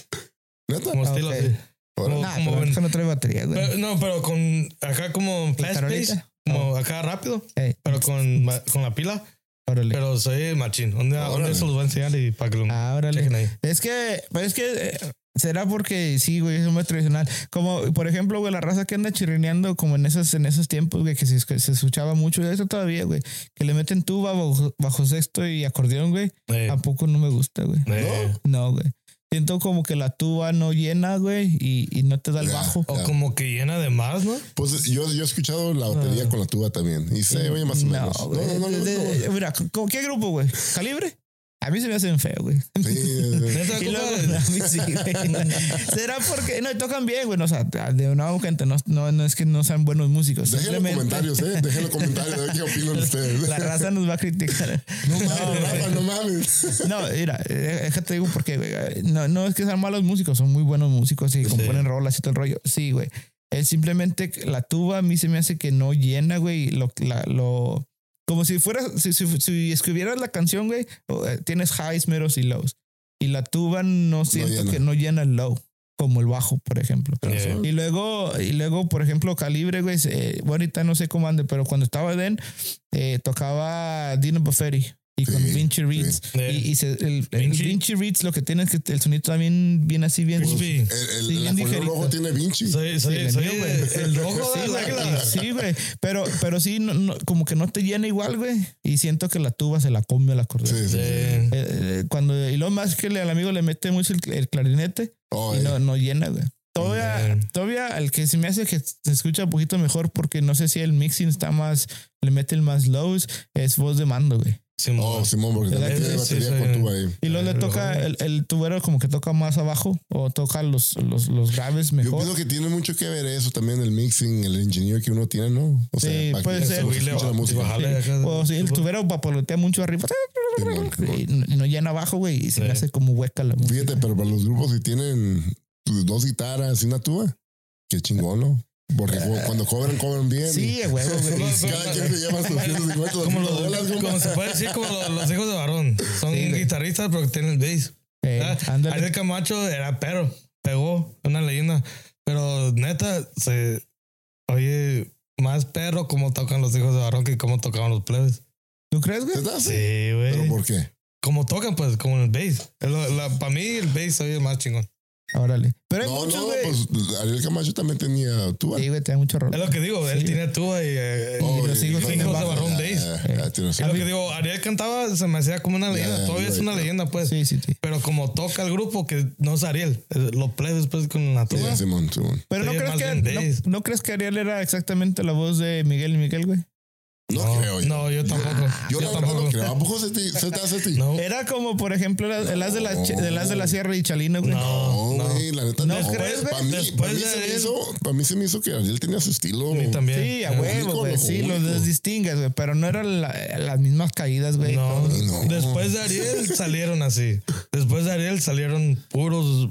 B: ¿neta?
C: Como estilo
A: Ah, ok.
C: así.
B: Órale.
A: Nah,
C: como
A: pero
C: ven-
A: esa no trae batería, güey.
C: Pero, no, pero con acá como flash
A: Carolita? Ah,
C: pace, como acá rápido,
A: Ey,
C: pero con, ma- con la pila.
A: órale.
C: Pero soy machín. ¿Dónde,
B: Órale.
C: dónde se los voy a enseñar y para que lo
A: Ah, órale.
C: chequen ahí?
A: Es que, pero es que eh, será porque sí, güey, es muy tradicional. Como, por ejemplo, güey, la raza que anda chirrineando como en esos, en esos tiempos, güey, que se, que se escuchaba mucho, eso todavía, güey, que le meten tuba, bajo, bajo sexto y acordeón, güey,
C: Eh,
A: tampoco no me gusta, güey.
C: eh,
A: No, güey. Siento como que la tuba no llena, güey, y, y no te da el
B: Ya.
A: bajo.
C: O como que llena de más, ¿no?
B: Pues yo, yo he escuchado la batería con la tuba también. Y se oye más
A: Ah.
B: o
A: No,
B: menos. No,
A: güey.
B: no, no, le
A: De-
B: gusta,
A: de-
B: güey.
A: mira, ¿con qué grupo, güey? ¿Calibre? A mí se me hacen feo, güey.
B: Sí, sí, sí.
C: Neta,
A: Y
C: como
A: luego- a mí sí, güey. Será porque. No, y tocan bien, güey. O sea, de no, gente, no, no, no es que no sean buenos músicos.
B: Dejen los
A: simplemente
B: comentarios, eh. Dejen los comentarios, a ver qué opinan ustedes.
A: La raza nos va a criticar.
B: No mames, Rafa, no mames.
A: No, mira, eh, déjate digo porque eh, no, no es que sean malos músicos, son muy buenos músicos y componen rolas y todo el rollo. Sí, güey. Es simplemente que la tuba a mí se me hace que no llena, güey, lo, la- lo como si fuera si, si, si escribieras la canción, güey, o, eh, tienes highs, meros y lows. Y la tuba no siento
B: llena.
A: que no llena el low, como el bajo, por ejemplo.
C: Yeah.
A: Y luego, y luego, por ejemplo, Calibre, güey, se- eh, bueno, ahorita no sé cómo ande, pero cuando estaba Den, eh, tocaba Dino Buffetti y con
B: Sí,
A: Vinci Reeds.
C: sí.
A: Y, y se- el, el
C: Vinci. Pues,
A: Vinci Reeds lo que tiene es que el sonido también viene así bien.
C: Crispy.
B: Pues, El, el,
A: Sí,
B: el
A: bien
B: acordeón rojo
A: ligerito.
B: tiene Vinci.
C: Soy,
A: Sí,
C: soy,
A: el
C: soy
A: mío, güey.
C: el rojo de
A: Sí,
C: la
A: güey,
C: regla.
A: sí, güey. Pero, pero sí, no- no, como que no te llena igual, güey. Y siento que la tuba se la come al acordeón.
B: Sí, sí.
C: Sí.
A: Eh, eh, cuando y lo más que le- al amigo le mete mucho el, el clarinete
B: Oh,
A: y
B: eh.
A: no, no llena, güey. Todavía,
C: Bien.
A: todavía el que se me hace que se escucha un poquito mejor porque no sé si el mixing está más, le mete el más lows, es voz de mando, güey.
C: Sí,
B: Oh, Simón, porque también
A: ¿Verdad
B: tiene
A: que
C: sí?
B: batería
C: Sí,
B: con
C: soy-
B: tuba ahí.
A: Y luego le
C: Ah,
A: toca
C: luego.
A: el, el tubero como que toca más abajo o toca los, los, los graves
B: Yo
A: mejor.
B: pienso que tiene mucho que ver eso también, el mixing, el ingeniero que uno tiene, ¿no? O
A: Sí,
B: para
A: puede
B: que
A: ser.
B: se escuche la música.
C: Bajarle acá.
A: O si Oh, el tubero papolotea mucho arriba
B: Simón.
A: y no, y no llena abajo, güey, y se
C: Sí.
A: le hace como hueca la música.
B: Fíjate, pero para los grupos que tienen pues, dos guitarras y una tuba, qué chingón, ¿no? Porque cu- cuando cobran, cobran bien.
A: Sí, a huevo, güey.
B: Y Cada quien se lleva sus 150
C: Como,
B: 200 bolas,
C: los, como
B: compa.
C: se puede decir, como los, los hijos de varón. Son
A: Sí, güey.
C: guitarristas, pero que tienen el bass.
A: Eh,
C: Ah,
A: ándale.
C: Ariel Camacho era perro, pegó, una leyenda. Pero neta, se oye más perro como tocan los hijos de varón que como tocaban los plebes.
A: ¿Tú crees, güey?
B: ¿Verdad?
C: Sí,
B: ¿Pero
C: güey.
B: por qué?
C: Como tocan, pues, como en el bass. Para mí, el bass oye más chingón.
A: Órale. Pero hay
B: No,
A: muchos,
B: no,
A: güey.
B: pues Ariel Camacho también tenía tuba.
A: Sí, güey, te da mucho rollo.
C: Es lo que digo, él
A: Sí.
C: tiene tuba y. eh,
A: Oh,
B: y
A: los hijos
B: no,
A: tienen
B: no,
A: bajo.
B: no,
C: Barón
B: ah,
C: Bass.
B: ah, ah, tienes
C: es lo
B: razón.
C: que digo, Ariel cantaba, se me hacía como una leyenda.
B: ya,
C: Todavía es una
B: güey.
C: leyenda, pues.
A: Sí, sí, sí.
C: Pero como toca el grupo, que no es Ariel, eh, los plebes, pues, con la tuba.
B: Sí, Simón, Simón.
A: Pero no
C: Sí,
A: crees,
C: más
A: que,
C: bien Days.
A: no, no crees que Ariel era exactamente la voz de Miguel y Miguel, güey.
B: No, creo yo.
C: No, yo tampoco.
B: yo
C: Yo,
B: la verdad
C: tampoco.
B: no creo. ¿A poco se te, se te hace a ti?
C: No.
A: Era como, por ejemplo, el, el as de la, el as de la sierra y Chalino, güey.
B: No,
C: No, no.
B: güey, la neta no.
A: ¿No crees, güey?
B: Para mí,
C: Después
B: pa' mí
C: de
B: se me
C: él.
B: hizo, para mí se me hizo que Ariel tenía su estilo.
C: A mí también.
A: Sí, a
C: Eh,
A: huevo,
B: único,
A: güey.
B: lo
A: Sí, los
B: único.
A: desdistingues, güey. Pero no eran la- las mismas caídas, güey.
C: No,
A: Todo.
B: No.
C: después de Ariel salieron así. Después de Ariel salieron puros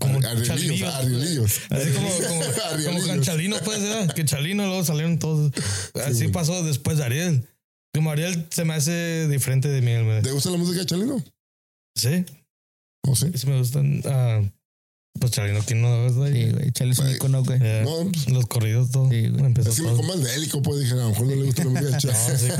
C: como
B: Ar- Arielillos,
C: chalillos.
B: Arielillos.
C: Así como, como, como
B: Arielillos.
C: con Chalino, pues, ¿verdad? que Chalino luego salieron todos. Así pasó después de Ariel. Como Ariel se me hace diferente de Miguel. Medel.
B: ¿Te gusta la música de Chalino?
C: Sí,
B: No sé.
C: sí me gustan. ah, pues Chalino, ¿quién no?
A: Sí, güey. Chale es un
B: Güey.
A: icono, güey.
C: Eh,
B: No, pues,
C: Los corridos, todo.
A: Sí, güey.
C: Empezó
B: es que me
C: todo.
B: comas bélico, pues dije, a lo mejor no le gusta la música de
C: No,
B: Chalino.
C: sí,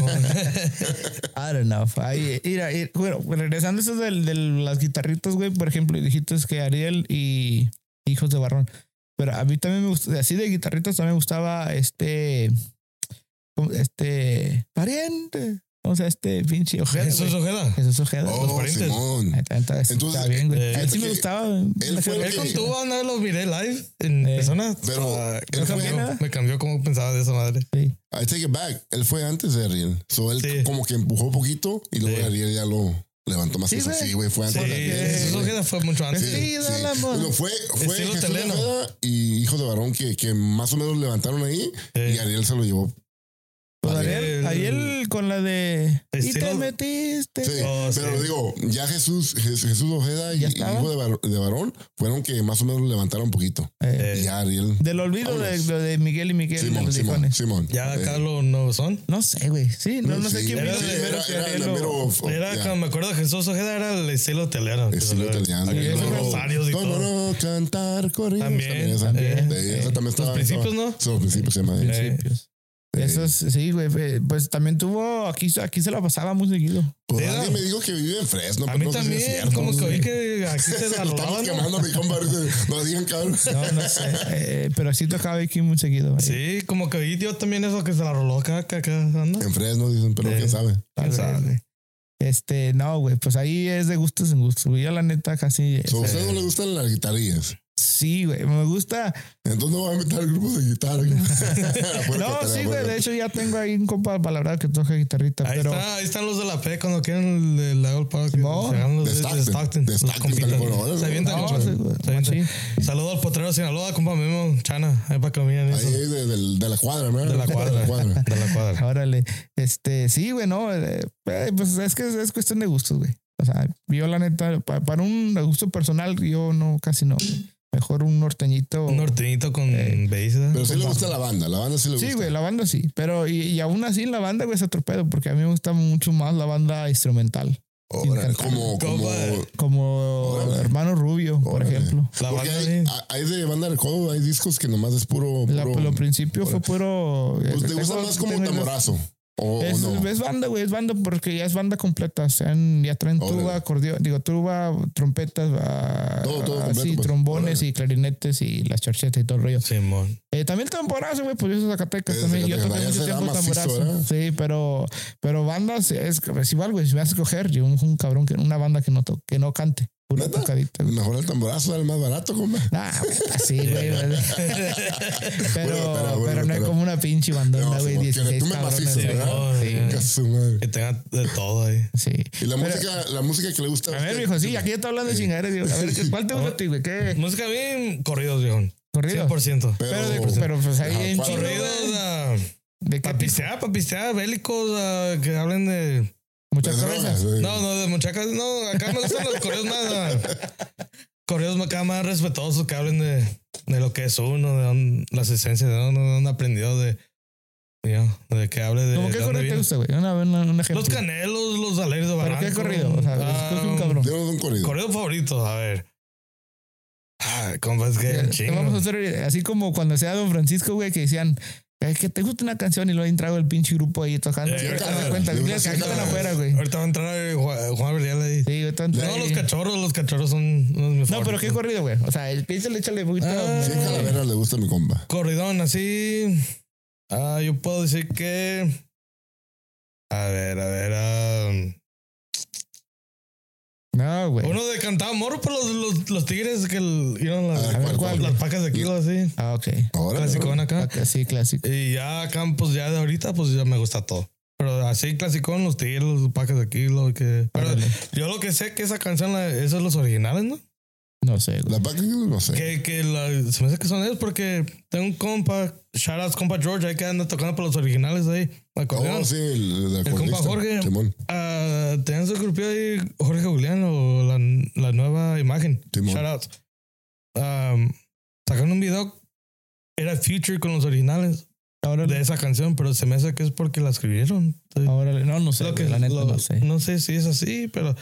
C: como-
A: I don't know. Ahí, mira, eh, bueno, regresando a eso del- de las guitarritas, güey, por ejemplo, dijiste que Ariel y Hijos de Barrón. Pero a mí también me gusta, así de guitarritas también me gustaba este, ¿cómo? este, pariente. O sea, este pinche Ojeda.
C: Jesús
A: Jesús,
C: Ojeda.
A: Jesús Ojeda.
C: los
B: Oh,
C: parientes.
B: Simón.
A: Ahí está, ahí está, está
B: Entonces,
A: bien, güey.
C: eh,
A: a él sí me
B: que
A: gustaba.
B: fue el
C: Él con
B: Sí.
C: tuba una vez lo miré live en
A: Eh.
C: persona.
B: Pero,
C: Ah,
B: ¿él
C: me,
B: fue
A: bien?
C: cambió, me cambió cómo pensaba de esa madre.
A: Sí.
B: I take it back. Él fue antes de Ariel. So él
C: Sí.
B: como que empujó poquito y luego
C: Sí.
B: Ariel ya lo levantó más
A: Sí,
B: que eso.
A: güey.
B: Sí, güey, fue
C: Sí,
B: antes de Ariel.
C: Jesús
B: güey.
C: Ojeda fue mucho antes.
A: Sí. dale, amor.
B: Bueno, fue, fue
C: Estilo
B: Jesús
C: teleno.
B: Ojeda y Hijo de Varón que, que más o menos levantaron ahí
C: Eh,
B: y Ariel se lo llevó.
A: Pues Ariel,
B: Ariel-
A: Ariel con la de... Y te
C: Estilo-
A: metiste.
B: Sí,
C: Oh,
B: pero
C: sí.
B: digo, ya Jesús, Jes- Jesús Ojeda y,
A: ¿Ya
B: y
A: estaba?
B: Hijo de, Var- de Varón fueron que más o menos levantaron un poquito.
A: Eh,
B: Y
C: eh,
B: ya Ariel.
A: del olvido de,
B: Vámonos.
A: lo de Miguel y Miguel. de
B: Simón,
A: los
B: Simón,
A: Dijones.
B: Simón.
C: ya
B: Eh,
C: acá los nuevos son.
A: No sé, güey. Sí, no, no sé
B: sí,
A: quién
B: era-
A: vino
B: era-
A: primero.
B: era-
A: si
B: era
A: Ariel
B: la
A: o-
B: mero-
C: Era,
B: ya.
C: cuando me acuerdo, Jesús Ojeda era el estilo italiano. que
B: Estilo
C: salió.
B: italiano.
C: Aquí
A: Ariel
C: los
A: Ojeda.
C: rosarios y
B: ¿Cómo
C: todo.
B: no cantar corridos?
C: También,
B: esa.
C: también.
B: Sí, esa también estaba-
C: Los principios, ¿no?
B: Sí, Los principios se llama.
C: Sí.
A: principios.
B: Sí.
A: Eso es- sí, güey. fe- Pues también tuvo. Aquí, aquí se la pasaba muy seguido.
B: Pues
C: Sí,
B: nadie
C: no.
B: me dijo que vive en Fresno.
C: A
B: pero
C: mí
B: no sé si es
C: también,
B: cierto,
C: como que
B: güey.
C: oí que aquí se la
B: Lo Estamos
C: robaban. ¿no?
B: quemando, mi compa. ahorita. No digan, cabrón.
A: No, no sé. eh, pero sí tocaba aquí muy seguido. güey.
C: Sí, como que oí yo también eso que se la roló acá, acá, acá, anda.
B: En Fresno dicen, pero
C: Sí.
B: quién sabe.
A: Tal vez,
C: sabe?
A: güey. Este, no, güey. Pues ahí es de gustos en gustos. güey. Yo, la neta, casi.
B: So, ¿A
A: o sea,
B: ustedes no les gustan las guitarrillas?
A: Sí, güey, me gusta.
B: Entonces no voy a meter grupos de guitarra.
A: No, sí, güey, de hecho ya tengo ahí un compa palabra que toca guitarrita,
C: Ahí,
A: pero
C: está, ahí están los de la P cuando quieren el de la Old Park.
A: Simón.
C: se ganan los
B: De
C: de,
B: Stockton.
C: de Stockton.
B: De
C: los
B: Stockton,
C: compitas.
B: California.
C: Se avientan
A: No,
C: el chorro,
A: sí, güey,
C: se avientan.
A: machín.
C: Saludos al potrero de Sinaloa, compa Memo, Chana. Ahí para que lo miren
B: Ahí
C: eso.
B: es de, del- de la cuadra, ¿verdad?
C: De la cuadra. De la cuadra.
A: órale. Este, sí, güey, no, eh, eh, pues es que es, es cuestión de gustos, güey. O sea, yo la neta, pa- para un gusto personal, yo no, casi no. güey. Mejor un norteñito.
C: Un norteñito con bass. ¿eh?
B: Pero sí le gusta la banda, la banda sí le gusta.
A: Sí, güey, la banda sí. Pero y, y aún así la banda, güey, se atropello porque a mí me gusta mucho más la banda instrumental.
B: Órale, como, como,
C: Compa.
A: Como
B: Órale.
A: Hermano Rubio, por
B: Órale.
A: ejemplo.
C: La
B: porque
C: banda
B: hay,
C: de-
B: hay de banda de codo, hay discos que nomás es puro.
A: La-
B: puro
A: lo principio fue puro. eh,
B: pues te gusta
A: tengo-
B: más como
A: tengo-
B: tamborazo. O, o
A: Es,
B: no.
A: es banda, güey, es banda porque ya es banda completa. O sea, en- ya traen
B: Órale.
A: tuba, acordeón, digo, tuba, trompetas, ah,
B: Todo, todo
A: ah,
B: completo,
A: sí,
B: pues.
A: trombones
B: Órale.
A: y clarinetes y las charchetas y todo el rollo.
C: Simón.
A: Eh, también tamborazo, güey, pues yo soy de Zacatecas
B: Sí, de
A: también. Yo
B: Eh, Zacatecas,
A: toqué
B: allá
A: mucho
B: se da
A: tiempo
B: macizo,
A: tamborazo.
B: ¿verdad?
A: Sí, pero, pero bandas es, es igual, güey. Si me vas a escoger, yo un, un cabrón que una banda que no to- que no cante, pura
B: ¿Neta?
A: tocadita. güey.
B: Mejor el tamborazo era el más barato, compa.
A: Nah, güey, sí, güey. güey. pero,
B: Bueno, pero,
A: pero,
B: bueno,
A: no es
B: pero-
A: como una pinche bandona,
B: No,
A: güey.
B: Simón, que
A: 16
B: tú me
A: cabrones,
B: macizo,
A: güey.
C: ¿verdad?
A: Sí,
C: Sí.
B: Que su madre.
C: Que tenga de todo ahí.
A: sí.
B: Y
A: Pero-
B: la música, la música que le gusta.
A: A ver,
B: usted,
A: viejo, sí,
B: ¿qué-
A: aquí está hablando de chingaderas. digo, A ver, ¿qué- ¿cuál te gusta a ti, güey? ¿Qué?
C: Música bien corridos, viejo.
A: ¿Corrido?
C: 100%.
A: Pero, de- pero pues ahí hay un
B: Ajá,
A: chingo,
C: Corridos
A: güey,
C: a...
A: de que
C: Pa' pistear, pa' pistear, bélicos, ah, que hablen de...
A: muchas
B: Las drogas,
A: cabezas.
B: güey.
C: No, no, de muchachas, no, acá me gustan los correos más... ah, correos acá más respetuosos, que hablen de, de lo que es uno, de dónde- las esencias, de dónde, dónde aprendió, de... ya, de que hable de...
A: ¿Cómo
C: de
A: qué corrido
C: dónde
A: te
C: viene.
A: gusta, güey? Una, una, un ejemplo.
C: Los canelos, los aleros de
A: ¿Pero
C: Barranco.
A: qué corrido? O sea,
C: ah,
A: escoge un cabrón.
B: Yo no un corrido.
C: Correo favorito, a ver. Ah, compa, es que hay un
A: Eh,
C: chingo.
A: Vamos a hacer así como cuando sea Don Francisco, güey, que decían "Eh, que te gusta una canción y luego entraba el pinche grupo ahí tocando.
C: Eh,
A: Sí,
C: ahorita-
A: haz de cuenta,
B: yo
A: mira,
B: creo
A: que
B: que
A: ahí están
B: ahorita-
A: afuera, güey.
C: Ahorita va a entrar eh, Juan, Juan Verdial ahí.
A: Sí, ahorita entra
C: No,
A: ahí.
C: los cachorros, los cachorros son unos de mis
A: No, pero qué
C: favoritos.
A: corrido, güey. O sea, el pinche le échale poquito.
C: Ah.
B: Sí, en Calavera le gusta a mi compa.
C: Corridón, así. Ah, yo puedo decir que. A ver, a ver. ah,
A: No, güey.
C: uno de cantaba morro por los, los, los tigres que el- eran las,
B: A ver,
A: A ver,
B: ¿cuál,
A: Ah, ¿cuál?
C: las pacas de kilo, así.
A: Ah, ok.
B: Ahora.
C: Clasicón acá.
A: Ok, Sí, clásico.
C: Y ya acá, pues ya de ahorita, pues ya me gusta todo. Pero así clasicón, los tigres, los pacas de kilo. Que... Pero
A: Órale.
C: yo lo que sé que esa canción, la- esos son los originales, ¿no?
A: No sé, güey.
B: La paca no sé.
C: Que, que la- se me hace que son ellos porque tengo un compa, shoutouts compa George, ahí que anda tocando por los originales ahí. acordeón.
B: Oh, sí, el,
C: El compa Jorge.
B: Simón.
C: Ah, tenían su grupo ahí Jorge Julián o la, la nueva imagen.
B: Simón.
C: Shoutouts. Am, sacaron un video, era Future con los originales de
A: Órale.
C: esa canción, pero se me hace que es porque la escribieron.
A: Órale. No, no sé.
C: Lo que-
A: güey, la neta,
C: lo-
A: no sé.
C: si es así, pero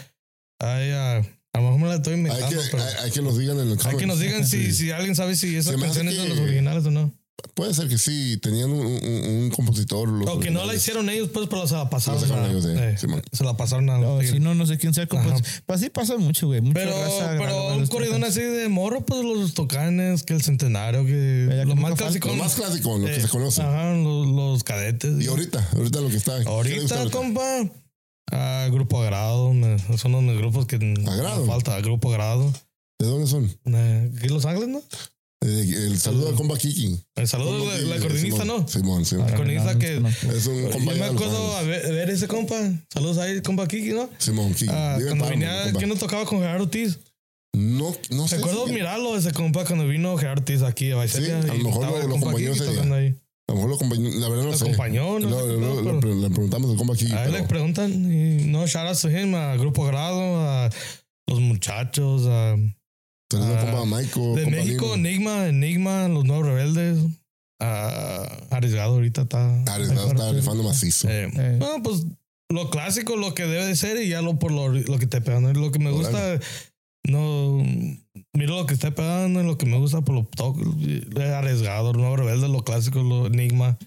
C: ay, ah, a lo mejor me la estoy
B: Hay
C: inventando.
B: que,
C: pero-
B: hay, hay que nos digan en los
C: Hay que nos digan si, si alguien sabe si esas
B: Se me hace
C: canciones son
B: que-
C: los originales o no.
B: Puede ser que sí, tenían un, un, un compositor. los
C: O que no la
B: originales.
C: hicieron ellos, pues, pero se la pasaron.
B: La sacaron
C: a-
B: ellos, eh,
C: eh,
B: Simón.
C: se la pasaron a los
A: No,
C: tigres.
A: si no, no sé quién sea. Pues,
C: Ajá.
A: pues sí pasa mucho, güey. Mucha
C: Pero,
A: raza graba
C: pero un
A: los
C: corridón
A: temas.
C: así de morro, pues los tocanes, que el centenario, que
A: Mira, que
C: los más
A: nunca falta.
B: Lo
C: clásicos.
B: más clásico, lo que se conoce.
C: Eh, Ajá, los, los cadetes.
B: Y ahorita, ahorita lo que está. ¿qué le gusta
C: Ahorita, compa, ah, grupo agrado, me- son los grupos que n-
B: Agrado.
C: me falta, grupo agrado.
B: ¿De dónde son?
C: Eh, aquí en Los Ángeles, ¿no?
B: Eh, el saludo al compa Kiki.
C: El saludo
B: Compa
C: de
B: Kiki, eh,
C: la, la cordinista,
B: Simón.
C: ¿no?
B: Simón, sí.
A: Órale,
C: cornisa
A: no,
C: que-
A: no conozco.
B: Es un
C: Yo
B: compa.
C: me
B: allá de Los
C: acuerdo a
B: Ángeles.
C: ver, ver ese compa. Saludos ahí, compa Kiki, ¿no?
B: Simón, Kiki.
C: Ah,
B: Diga
C: cuando
B: Pablo,
C: venía,
B: compa.
C: ¿quién no tocaba con Gerardo Ortiz?
B: No, no sé.
C: Recuerdo
B: si-
C: mirarlo ese compa cuando vino Gerardo Ortiz aquí a Baicelia.
B: Sí, a lo
C: y
B: mejor
C: estaba
B: lo-
C: el
B: lo
C: compa
B: acompañó
C: Kiki
B: ese día.
C: tocando ahí.
B: A lo mejor lo acompañó. La verdad no
C: Lo
B: sé.
C: acompañó,
B: Lo-
C: no sé qué
B: lo-
C: pedo,
B: lo-
C: pero-
B: pre- Le preguntamos al compa Kiki.
C: A él le
B: pero-
C: preguntan y no, shoutouts a him, a Grupo Grado, a los muchachos, a...
B: Saludos al
C: Ah,
B: compa Michael.
C: De
B: compa
C: México,
B: Lino.
C: Enigma, Enigma, los nuevos rebeldes, a... Arriesgado ahorita está...
B: Ah, está- Está
A: Recuerdo.
B: rifando macizo.
C: Eh,
A: Eh.
C: No, pues lo clásico, lo que debe de ser y ya lo por lo, lo que te pegan. Lo que me gusta, no... Miro lo que está pegando, lo que me gusta, por lo toco, eh, arriesgado, nuevo rebelde, lo clásico, lo enigma,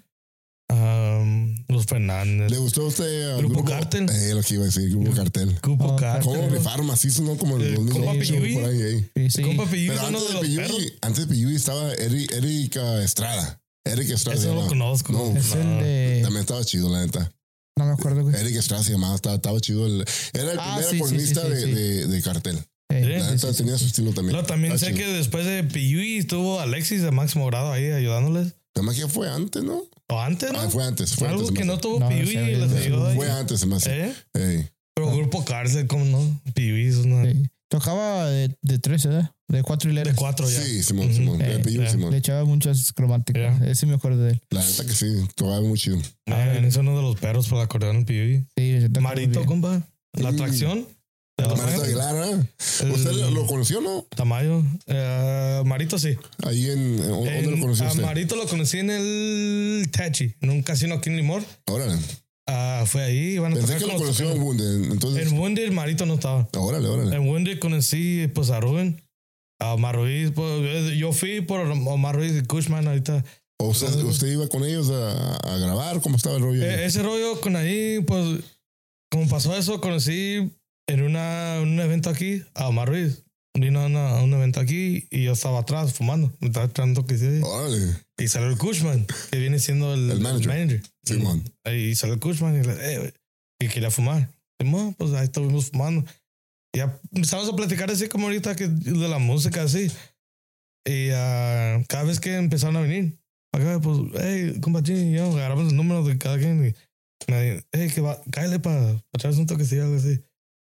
C: am, los Fernández,
B: ¿Le gustó a usted al
C: Grupo Cartel.
B: Eh, lo que iba a decir, Grupo Cartel.
C: Grupo
A: Ah,
C: Cártel.
B: ¿Cómo rifaron macizo, no? Como en el
C: Eh,
B: 2008
C: compa Piyuy.
B: por ahí. ahí.
A: Sí, sí.
C: Compa Piyuy
B: Pero
C: es uno
B: antes
C: de
B: de
C: los perros.
B: Piyuy, antes de Piyuy estaba Eri- Erika Estrada. Erika Estrada. se
C: Eso no lo
B: llamaba.
C: conozco.
B: No,
A: Es el de.
B: También estaba chido, la neta.
A: No me acuerdo, güey.
B: Eric Estrada se llamaba, estaba, estaba chido. el- era el
A: Ah,
B: primer
A: sí, sí,
B: acordeonista
A: sí, sí,
B: de,
A: Eh, sí.
B: de- de cartel.
A: Hey.
B: La
C: Sí,
B: neta tenía su estilo también.
C: No, también
B: Está
C: sé
B: chido.
C: que después de Piyui estuvo Alexis de Máximo Grado ahí ayudándoles.
B: La magia fue antes, ¿no?
C: O antes, ¿no?
B: Ah, fue antes. Fue
C: Algo
B: antes,
C: que
B: se me
C: no tuvo
A: No,
C: Piyui
A: sí,
C: y les
A: sí,
C: ayudó.
B: hace.
C: ahí.
B: Fue antes, se me hace.
C: ¿Eh?
B: Ey.
C: Pero Grupo Cárcel, ¿cómo no? Piyui es una...
A: Sí. Tocaba de, de tres, ¿verdad? De cuatro
C: De
A: hileras.
C: cuatro ya.
B: Sí, Simón,
C: Ujú. eh,
B: Simón.
A: Ey,
B: Le pilló
C: ya.
B: Simón.
A: Le echaba muchas cromáticas.
C: Ya.
A: Ese me acuerdo de él.
B: La neta que sí, tocaba muy chido.
C: Ah, es uno de los perros por el acordeón, Piyui.
A: Sí, se toca muy
C: Marito,
A: bien.
C: compa. La
B: Mm.
C: atracción. de los
B: Marta
C: Ángeles.
B: Aguilar, ¿eh? ¿Usted
C: El-
B: lo- lo conoció, no?
C: Tamayo. Eh, Marito, sí.
B: Ahí en. en- ¿Dónde
C: En-
B: lo conoció
C: a
B: usted?
C: Marito lo conocí en el Tachi, en un casino aquí en Limor.
B: Órale.
C: Ah, fue ahí. Iban a
B: Pensé
C: tocar
B: que lo
C: con los-
B: conoció en Bunde. Entonces.
C: En Wendy el Marito no estaba.
B: Órale, órale.
C: En Wendy conocí pues a Rubén, a Omar Ruiz. pues, yo fui por Omar Ruiz y Cushman ahorita.
B: ¿O usted, usted iba con ellos a, a grabar? ¿Cómo estaba el rollo?
C: E- ese rollo con ahí, pues, como pasó eso, conocí en una, un evento aquí a Omar Ruiz. Vino a, una- a un evento aquí y yo estaba atrás fumando. Me estaba echando que sí.
B: Órale.
C: Y salió el Cushman, que viene siendo el,
B: El manager. Simón.
C: Y salió el Cushman y, le- eh, güey, y quería fumar. Simón, pues ahí estuvimos fumando. Ya empezamos a platicar así como ahorita que de la música, así. Y ah, cada vez que empezaron a venir, acá, pues, hey, compadre, y yo agarramos los números de cada quien. Y me dijo, hey, que va, cállate para echarse un toquecillo, algo así.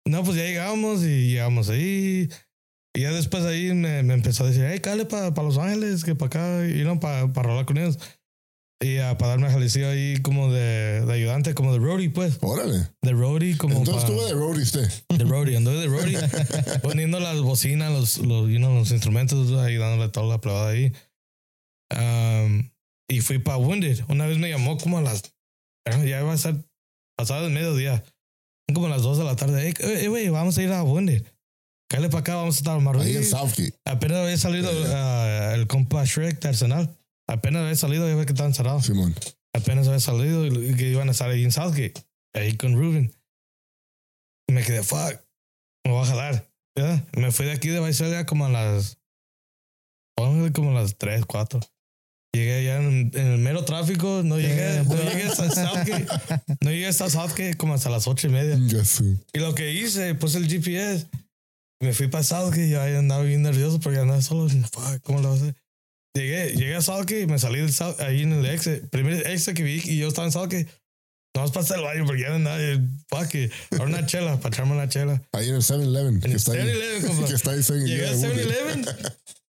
C: No, pues ya llegamos y llegamos ahí. Y ya después ahí me, me empezó a decir, hey, cállate para Los Ángeles, que para acá, y no, para rolar con ellos. Y ah, para darme jalecillo ahí como de, de ayudante, como de roadie, pues.
B: Órale.
C: De roadie, como
B: Entonces
C: pa-
B: estuvo de roadie usted.
C: de roadie, anduve de roadie, poniendo las bocinas, los, los, you know, los instrumentos, ayudándole a toda la plebada ahí. Am, y fui para Wounded. Una vez me llamó como a las. Ya iba a ser pasado el mediodía. Como a las 2 de la tarde. "Ey, Eh, eh, güey, vamos a ir a Wounded. Cállate para acá, vamos a estar más
B: Ahí en Southgate.
C: Apenas había salido ah, el compa Shrek de Arsenal. Apenas había salido, ya ve que estaba encerrado
B: Simón.
C: apenas había salido y y que iban a estar ahí en Southgate, ahí con Ruben. Y me quedé, fuck, me voy a jalar. ¿verdad? Me fui de aquí de Visalia como a las. póngale como a las 3, 4. Llegué allá en, en el mero tráfico, no llegué, no llegué hasta Southgate, no llegué hasta Southgate como hasta las 8 y media.
B: Ya sé.
C: Y lo que hice, puse el GPS. Me fui para Southgate y yo ahí andaba bien nervioso porque andaba solo. Fuck, ¿Cómo lo voy a hacer? Llegué, llegué a Southgate y me salí del South, ahí en el exit. Primer exit que vi y yo estaba en Southgate. No pasé al baño porque ya andaba. eh, Fuck, it. ahora una chela, para echarme una chela.
B: Ahí en el 7-Eleven.
C: En
B: Que
C: el
B: está ahí.
C: 7-Eleven, compa.
B: Que está ahí en
C: Llegué al 7-Eleven.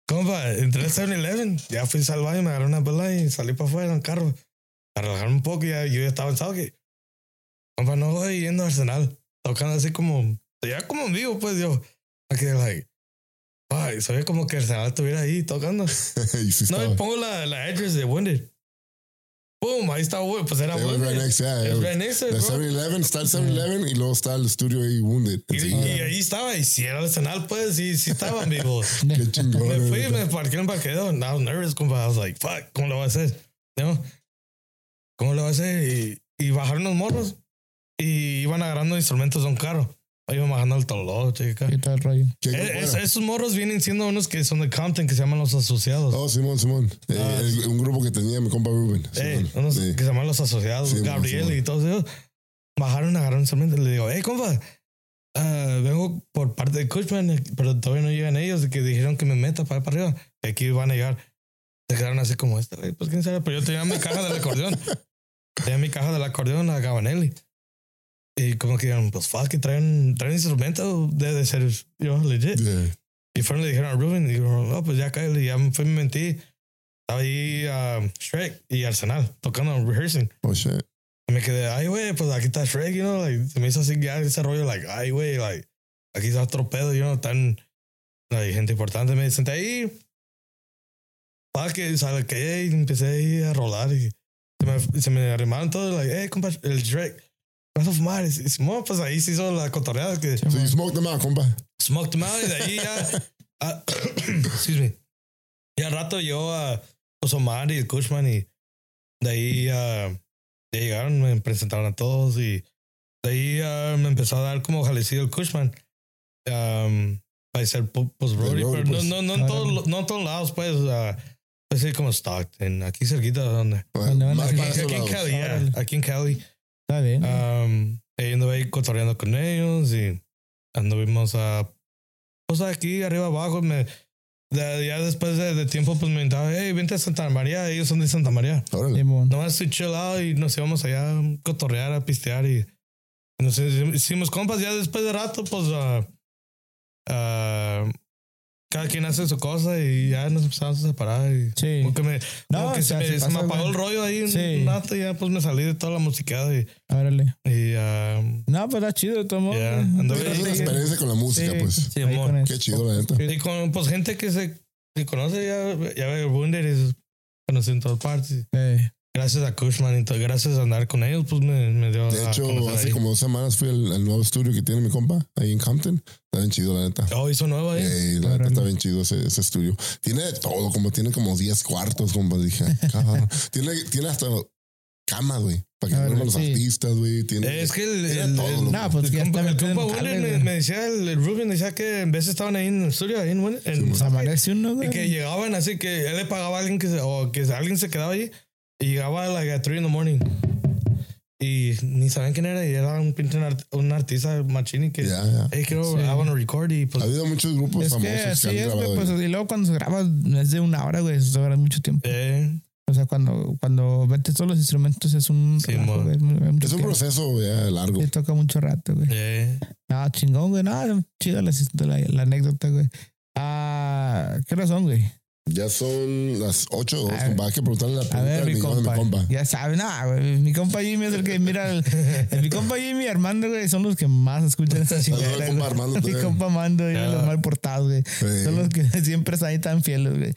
C: Compa, entré al 7-Eleven. Ya fui al baño, me agarré una bola y salí para afuera en el carro. Para relajarme un poco, ya, yo ya estaba en Southgate. Compa, no voy yendo a Arsenal. Tocando así como, ya como en vivo, pues yo. Aquí, like, ay, se ve como que Arsenal estuviera ahí tocando.
B: y sí
C: No,
B: estaba.
C: y pongo la, la address de Wendy. Boom, ahí está, güey. Pues era
B: It was
C: Wendy.
B: right next, yeah,
C: Es
B: it was-
C: right next to it,
B: La
C: bro.
B: 7-Eleven, está el 7-Eleven y luego está el estudio ahí Wounded.
C: Y,
B: Enseguida.
C: y ahí estaba, y si era Arsenal, pues, y si estaban vivos.
B: Ah, Qué chingón.
C: Me fui,
B: eh.
C: me parqué en el parqueadero. and I was nervous, compa. I was like, fuck, ¿cómo lo voy a hacer? ¿No? ¿Cómo lo voy a hacer? Y, y bajaron los morros y iban agarrando instrumentos de un carro. Ahí Iban bajando el toloche. acá.
A: ¿Qué tal el rollo?
B: ¿Qué grupo
C: Eh, es-
B: era?
C: esos morros vienen siendo unos que son de Compton, que se llaman los asociados.
B: Oh, Simón, Simón. Eh,
C: Ah,
B: el- un grupo que tenía mi compa Ruben.
C: Eh,
B: Simón.
C: unos
B: Sí.
C: que se llaman los asociados,
B: Sí,
C: Gabriel
B: Simón.
C: y todos ellos. Bajaron, agarraron instrumentos. Le digo, hey, compa, ah, vengo por parte de Cushman, eh, pero todavía no llegan ellos, de que dijeron que me meta para, para arriba. que aquí van a llegar. Se quedaron así como este, güey, pues quién sabe, pero yo tenía mi caja del acordeón. tenía mi caja del acordeón a Gabanelli. Y como que dijeron, pues fuck, que traen, traen instrumentos de, de ser yo, legit.
B: Yeah.
C: Y fueron y le dijeron a Ruben, y dijeron, no, pues ya cállate, ya me fui, me mentí. Estaba ahí a Shrek y Arsenal tocando, rehearsing.
B: Oh, shit.
C: Y me quedé, ay, güey, pues aquí está Shrek, you know, like, se me hizo así ya ese rollo, like, ay, güey, like, aquí está otro pedo, you know, tan, like, gente importante. Me senté ahí, para que, ¿sabes qué? Y empecé ahí a rolar y se me, se me arrimaron todos, like, hey, compa, el Shrek, vas a fumar. Y, y Simón, pues ahí se hizo la cotorreada que
B: So you smoked them out, compa.
C: smoked them out y de ahí ya. a- Ah, excuse me. Ya al rato yo a pues Omar y el Cushman y de ahí ah, ya llegaron, me presentaron a todos y de ahí ah, me empezó a dar como jalecillo el Cushman. am, para ser pu- pues Rory,
B: Rory,
C: pero
B: pues.
C: no, no, no, en todos, lo- no en todos lados, pues, ah, pues sí, como Stockton, aquí cerquita de donde.
A: no,
B: más
A: no,
B: para
A: no,
B: esos
A: no,
B: lados. Ah.
C: Aquí en Cali, yeah,
A: Órale.
C: aquí en Cali.
A: Está bien.
C: Ah, Um, ahí anduve ahí cotorreando con ellos y anduvimos a cosas aquí, arriba, abajo. Me, de- ya después de, de tiempo, pues me invitaba, hey, vente a Santa María. Ellos son de Santa María.
B: Órale.
A: eh, Simón.
C: Nomás estoy chillado y nos íbamos allá a cotorrear, a pistear y nos hicimos compas. Ya después de rato, pues ah, ah, cada quien hace su cosa y ya nos empezamos a separar. Y
A: Sí.
C: como que me,
A: No,
C: como que
A: o
C: se
A: sea,
C: me,
A: se
C: se me
A: pasa,
C: apagó
A: güey.
C: el rollo ahí un-
A: Sí.
C: un rato y ya pues me salí de toda la musiqueada y,
A: Órale.
C: y ah,
A: No, pues está chido, tomó.
C: Ya,
A: güey.
C: ando
B: Pero
C: bien.
B: es una
C: Sí.
B: experiencia con la música,
A: Sí.
B: pues.
C: sí,
A: Ahí
C: amor.
A: con
B: Qué
A: eso.
B: chido, la neta.
C: Y con pues gente que se que conoce ya, ya ve Wunder y se conocen en todas partes.
A: Eh,
C: Gracias a Cushman y todo, gracias a andar con ellos, pues me, me dio
B: De
A: Ah,
C: a
B: hecho,
C: conocer
B: hace
C: ahí.
B: como dos semanas fui al, al nuevo estudio que tiene mi compa ahí en Compton. Está bien chido, la neta.
C: Oh, hizo nuevo ahí.
B: Ey, la neta
A: Órale.
B: está bien chido ese, ese estudio. Tiene de todo, como tiene como 10 cuartos, compa. Dije, cabrón. tiene, tiene hasta cama, güey. Para que
A: Órale,
B: duerman los
A: sí.
B: artistas, güey. Tiene.
C: Es que el,
B: Eh, Era
C: el,
B: todo,
C: el-
B: loco.
A: No, pues
C: el
A: que ya
C: compa,
A: está
C: el
A: metido en
C: compa
A: el
C: Wilder
A: jale,
C: me,
A: güey.
C: me decía, el, el Rubén decía que en veces estaban ahí en el estudio, ahí en, Wilder- en
B: Sí, man.
C: Subway,
A: Pues Amanece uno, güey.
C: y que llegaban así, que él le pagaba a alguien que se, o que alguien se quedaba allí y llegaba like, a las 3 in the morning. Y ni sabían quién era, y era un pinche art- un artista machini que,
B: Ya, ya.
C: hey, quiero,
A: Sí.
C: I wanna record, y
B: Ha
C: pues,
B: habido muchos grupos
A: Es
B: famosos
A: que así
B: que han
A: es,
B: grabado.
A: güey. Pues,
B: ahí.
A: y luego cuando se graba es de una hora, güey. Eso dura mucho tiempo.
C: eh,
A: O sea, cuando, cuando metes todos los instrumentos es un.
C: Sí,
A: relajo,
C: mo.
A: güey, mu- mucho
B: es un
A: tiempo.
B: proceso ya largo.
A: Sí, toca mucho rato, güey.
C: eh.
A: No, chingón, güey. No, chido la, la, la anécdota, güey. Ah, ¿qué razón, güey?
B: Ya son las 8 o 2,
A: A
B: compa. Hay que preguntarle la
A: A
B: pregunta
A: ver,
B: del
A: mi
B: millón
A: compa.
B: a mi compa.
A: Ya sabe, no, güey. Mi compa Jimmy es el que mira. el- el- mi compa Jimmy y Armando, güey, son los que más escuchan esta
B: Saludos
A: chingada.
B: al compa
A: güey.
B: Armando
A: Mi
B: también.
A: compa Armando, y
C: Ya.
A: los mal portados, güey.
B: Sí.
A: Son los que siempre están ahí tan fieles, güey.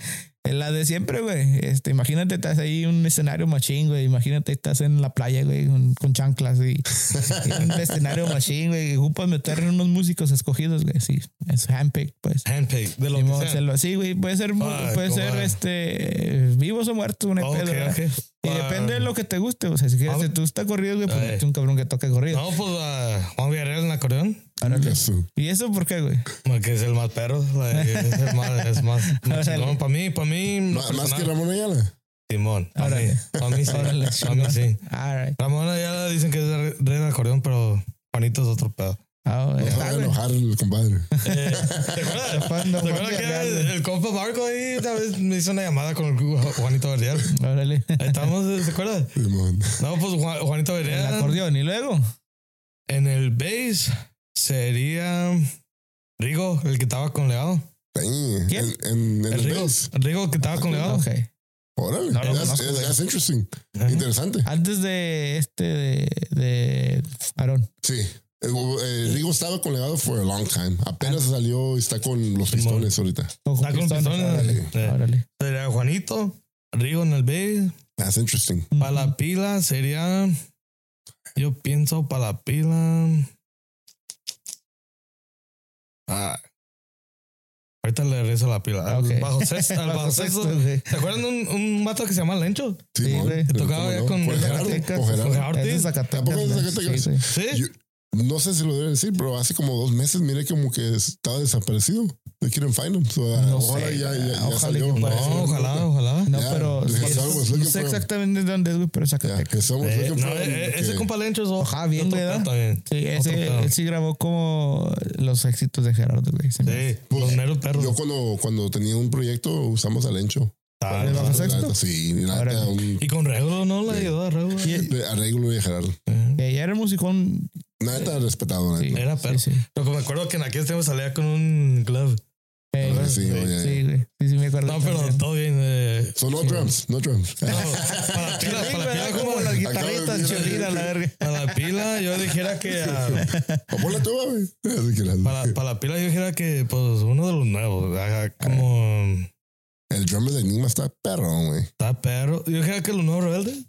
A: En La de siempre, güey. Este, imagínate, estás ahí en un escenario machín, güey. Imagínate, estás en la playa, güey, con, con chanclas y, y un escenario machín, güey. Y ocupas meter unos músicos escogidos, güey. Sí, es handpick, pues.
C: Handpick, de lo
A: Simón,
C: que
A: se
C: sea.
A: lo- Sí, güey, puede ser, mu-
C: Ah,
A: puede ser
C: comadre.
A: este, vivos o muertos, una
C: Ok,
A: pedo, ¿verdad?
C: ok.
A: Y
C: Ah,
A: depende de lo que te guste. O sea, si quieres,
C: Ah,
A: si tú estás corrido, güey, pues
C: ay.
A: mete un cabrón que toque corrido.
C: No, pues a Juan Villarreal en acordeón.
A: Órale.
B: Eso.
A: ¿Y eso por qué, güey?
C: Como Que es el más perro. la- Es el más, es más, más chingón. Para mí, para mí.
B: Ma-
C: lo
B: Más
C: personal,
B: que Ramón Ayala.
C: Simón. Para mí,
A: Órale.
C: para mí sí.
A: Órale,
C: Para mí
A: chingón.
C: sí.
A: All right.
C: Ramón ya dicen que es el rey del acordeón, pero Juanito es otro pedo.
A: Ah,
B: No
A: güey.
B: se
A: Está,
B: va a
A: güey.
B: enojar el compadre.
C: Eh, ¿Te acuerdas?
A: Juan-
C: ¿Te
A: Juan
C: acuerdas que era
A: Villarreal,
C: el,
A: güey.
C: el compa Marco ahí una vez me hizo una llamada con el cu- Juanito Verdial?
A: Órale.
C: Ahí estamos, eh, ¿te acuerdas?
B: Simón.
C: No, pues Juan- Juanito
A: El
C: Verdial.
A: acordeón. ¿Y luego?
C: En el bass sería Rigo, el que estaba con Leado.
B: Ahí,
A: ¿Quién?
B: En, en- en
C: El
B: el
C: Rigo,
B: bass.
C: el Rigo que estaba con Leado.
A: Ok.
B: Órale.
A: No lo
B: that's,
A: conozco, güey. Ah.
B: that's interesting.
C: Ajá.
B: Interesante.
A: Antes de este de, de Aarón.
B: Sí. El- el Rigo estaba con legado for a long time. Apenas salió y está con los
C: Simón.
B: pistones ahorita.
A: Ojo,
C: Está con
A: pistones,
C: pistones,
A: Órale.
C: sí.
A: Órale.
C: Sería Juanito, Rigo en el bass.
B: That's interesting.
C: Para la pila sería. Yo pienso para la pila. Ah. Ahorita le rezo la pila. Al
A: Ah, Ok.
C: Bajo sexto. Al bajo sexto.
A: sexto, güey.
C: ¿Se acuerdan de un, un vato que se llama Lencho?
B: Simón.
A: güey.
B: Pero
C: Tocaba
B: cómo
C: ya
B: no. Por
C: con- con
B: Gerardo,
A: Zacatecas.
B: con Gerardo.
C: Jorge
A: Es de
C: Ortiz.
A: Zacatecas,
B: ¿Tampoco es de
A: güey.
B: Zacatecas?
A: Sí, güey.
C: Sí.
B: Yo- No sé si lo deben decir, pero hace como dos meses miré como que estaba desaparecido. They quieren find him. So,
A: No
B: ojalá
A: sé,
B: ya, ya, ya
A: ojalá
B: salió.
A: que
C: No,
A: parezca.
B: No,
C: Oh, ojalá, ojalá.
A: No,
B: Ya,
A: pero
B: dije,
A: sí,
B: "Sabemos,
A: no
B: looking
A: sé
B: for-
A: exactamente de dónde es, güey, pero
B: Ya,
A: Zacatecas.
B: Pues que somos
C: Eh,
B: looking
C: no,
B: for him,
C: eh,
B: que-
C: ese compa Lencho es
A: Ojalá bien,
C: otro
A: güey, ¿verdad?
C: pedo también.
A: Sí,
C: Otro
A: ese,
C: pedo.
A: él sí grabó como los éxitos de Gerardo, güey. se me hace.
C: Sí,
B: Pues,
C: los meros perros.
B: Yo cuando, cuando tenía un proyecto usamos al Encho.
C: Ah,
A: ¿El bajo
B: La
A: sexto?
B: neta, Sí, la
A: Ahora-
B: neta, un
C: Y con Reglo, ¿no? Le
B: Sí.
C: ayudó a ¿eh? Reglo.
A: Y-
B: de arreglo de Gerardo.
A: Y ella era el musicón.
B: Nada neta respetado, la
A: Sí,
B: neta.
C: Era
A: sí,
C: perro.
A: Sí,
C: Lo que me acuerdo que en aquel tiempo salía con un glove.
A: Eh,
B: Ahora
A: güey,
B: sí, oye.
A: sí, güey. Sí, sí, me acuerdo.
C: No, pero
A: también.
C: todo bien. eh,
B: So, no drums, no drums.
C: no, para la pila,
A: Sí,
C: para la
A: ¿verdad?
C: pila,
A: Como
C: ¿cómo?
A: las
B: Acabo de
A: guitarritas
B: decir-
A: cholinas, la verga.
C: Para la pila, yo dijera que. ah,
B: O pon la tuba, güey. Así que la-
C: para, para la pila, yo dijera que, pues, uno de los nuevos. ah, Como.
B: El drummer de Enigma está perro, güey.
C: Está perro. Yo dijera que los nuevos rebeldes.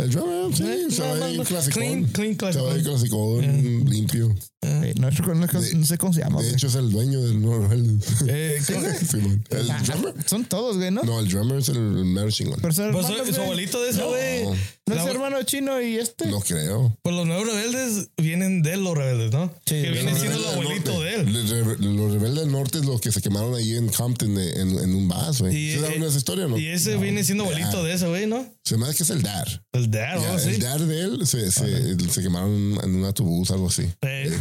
B: El drummer, sí, se va
C: Eh, Nada
B: a
C: más,
B: ir
C: ¿no?
B: clasicón.
C: Clean, clean,
B: Se va a ir
C: clasicón.
B: clasicón, limpio.
A: Eh, No, recuerdo- no,
B: De-
A: no sé cómo se llama.
B: De
A: güey.
B: hecho, es el dueño del nuevo rebelde.
C: Eh, ¿cómo-
B: Simón. ¿El
A: Ah,
B: drummer?
A: Son todos, güey, ¿no?
B: No, el drummer es el, el mero chingón.
A: Pero son
C: Pues
A: hermanos,
C: su, su
A: güey.
C: abuelito de ese, güey.
B: No,
A: ¿No es
C: la-
A: hermano chino y este?
B: no creo.
C: Pues los nuevos rebeldes vienen de los rebeldes, ¿no?
A: Sí,
C: que
A: de
C: viene
A: los
C: siendo el
B: Rebelde del
C: abuelito
B: Norte.
C: de él.
B: Le- re- Los rebeldes del norte es los que se quemaron ahí en Compton de- en, en un vaso, güey.
C: Y-
B: ¿Sí saben esa historia o no?
C: Y ese viene siendo
B: Ya.
C: abuelito de ese, güey, ¿no?
B: Se me hace que es el Dar.
C: El
B: Ya,
C: dad, ¿no?
B: El
C: Oh, Sí.
B: Dar de él se, se, se
C: Eh,
B: quemaron en un autobús, algo así.
C: Sí.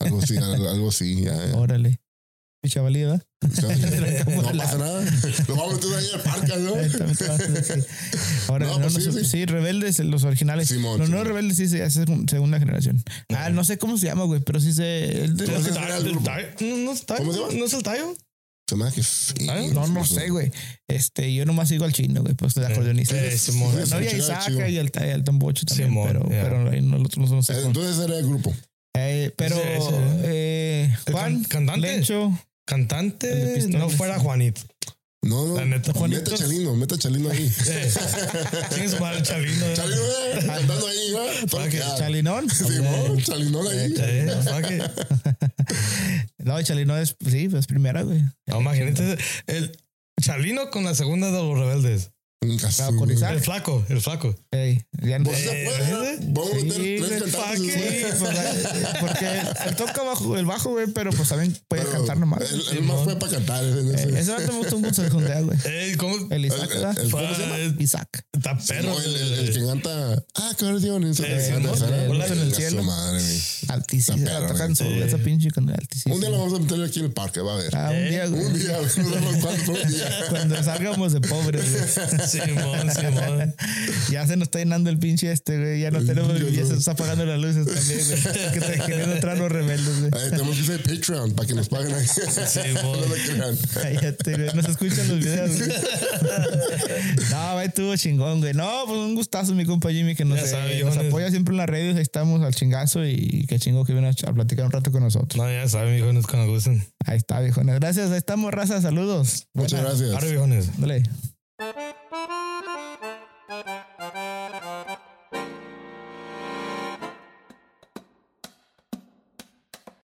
A: Oh,
B: Algo así, al- algo así. ya, ya.
A: Órale. Mi chavalidad.
B: No pasa nada. Lo vamos a meter ahí al parque, ¿no?
A: Exactamente, vas a decir. Ahora,
B: No,
A: no,
B: pues
A: no
B: sí,
A: sé-
B: sí.
A: sí, rebeldes, los originales.
B: Simón,
A: los
B: Simón.
A: nuevos rebeldes sí, sí, es segun- segunda generación. Ah, no sé cómo se llama, güey, pero sí se. el-
B: Tú-
C: Es que
B: ¿Cómo se llama
C: Tayo-
B: el grupo?
C: Tayo- No no es Tayo,
B: ¿Cómo se llama?
C: no es el Tayo.
B: Se me hace que sí.
A: Ah,
B: pues,
A: No, no sé, güey. Este, yo nomás sigo al chino, güey, pues de acordeonista.
C: Eh, Simón.
A: no, y a
B: Chido, chido.
A: Isaac y al, y al Tambocho también,
C: Simón,
A: pero,
C: ya.
A: pero ahí no, los otros no sé.
B: Eh,
A: cómo.
B: Entonces era el grupo.
A: Eh, pero,
C: Sí, sí.
A: eh,
C: El
A: Juan,
C: can- cantante.
A: Lencho, El de
C: Cantante,
A: pistones.
C: no fuera Juanito.
B: No, no.
C: La neta,
B: Meta
C: Juanito.
B: Chalino, meta Chalino ahí.
C: Eh, Chingue su madre, Chalino. eh.
B: Chalino, eh, cantando ahí, ¿no? Todo
C: que
B: quedado.
A: Chalinón.
B: Simón, Chalinón ahí.
C: Eh, o sea que-
A: No, y Chalinón es, sí, es primera, güey.
C: No, imagínate el Chalino con la segunda de los rebeldes.
B: Nunca
A: Claro,
B: supe.
A: con Isaac.
C: El flaco, el flaco.
A: Ey, ya no-
B: Pues se
C: Eh,
B: puede,
C: ¿sí?
B: ¿no? Vamos a
A: Sí,
B: meter
A: güey,
B: tres
A: Sí,
B: cantantes. güey.
A: pues, eh, porque él toca bajo, el bajo, güey, pero pues también puede
B: Pero
A: cantar nomás.
B: Él, él
A: Sí,
B: más
A: no.
B: fue para cantar. ese- ese-
A: Eh, Ese vato me gustó mucho de juntar, güey.
C: Eh, ¿cómo?
A: El Isaac,
B: El-
A: ¿verdad?
B: el-
C: ¿cómo se llama?
A: Isaac.
C: Está perro.
B: No, el, el- el que canta "Ah, acordeón en su
C: Eh,
B: canción,
C: ¿no?
B: esa,
C: Eh,
B: ¿no?
C: Bolas en el
B: Chinga su
A: cielo.
B: madre, güey.
A: Altísimo.
B: Está perro,
A: La
B: güey.
A: tocan su
C: Sí.
A: esa pinche con el altísimo.
B: Un día lo vamos a meter aquí en el parque, va a ver.
A: Ah, un día, güey.
B: Un día, güey, no sabemos cuándo, pero un día.
A: Cuando salgamos de pobres, güey.
C: Simón, Simón.
A: Ya se nos está llenando el pinche este, güey. Ya no tenemos,
B: Dios,
A: ya se
B: güey.
A: nos está apagando las luces también, güey. Que te queriendo entrar los rebeldes, güey.
B: Eh, tenemos que hacer Patreon para que nos paguen ahí.
C: mo.
B: no le crean.
A: Cállate, güey. No se escuchan los videos, güey. No, güey, estuvo chingón, güey. No, pues un gustazo, mi compa Jimmy, que nos,
C: Ya sabe,
A: eh, nos
C: Jones.
A: apoya siempre en las redes. Ahí estamos al chingazo y que chingo que viene a, ch- a platicar un rato con nosotros.
C: No, ya saben, viejones, cuando gusten.
A: Ahí está, viejones. Gracias, ahí estamos, raza. Saludos. Buenas.
B: Muchas gracias.
C: Ahora, viejones.
A: Dale.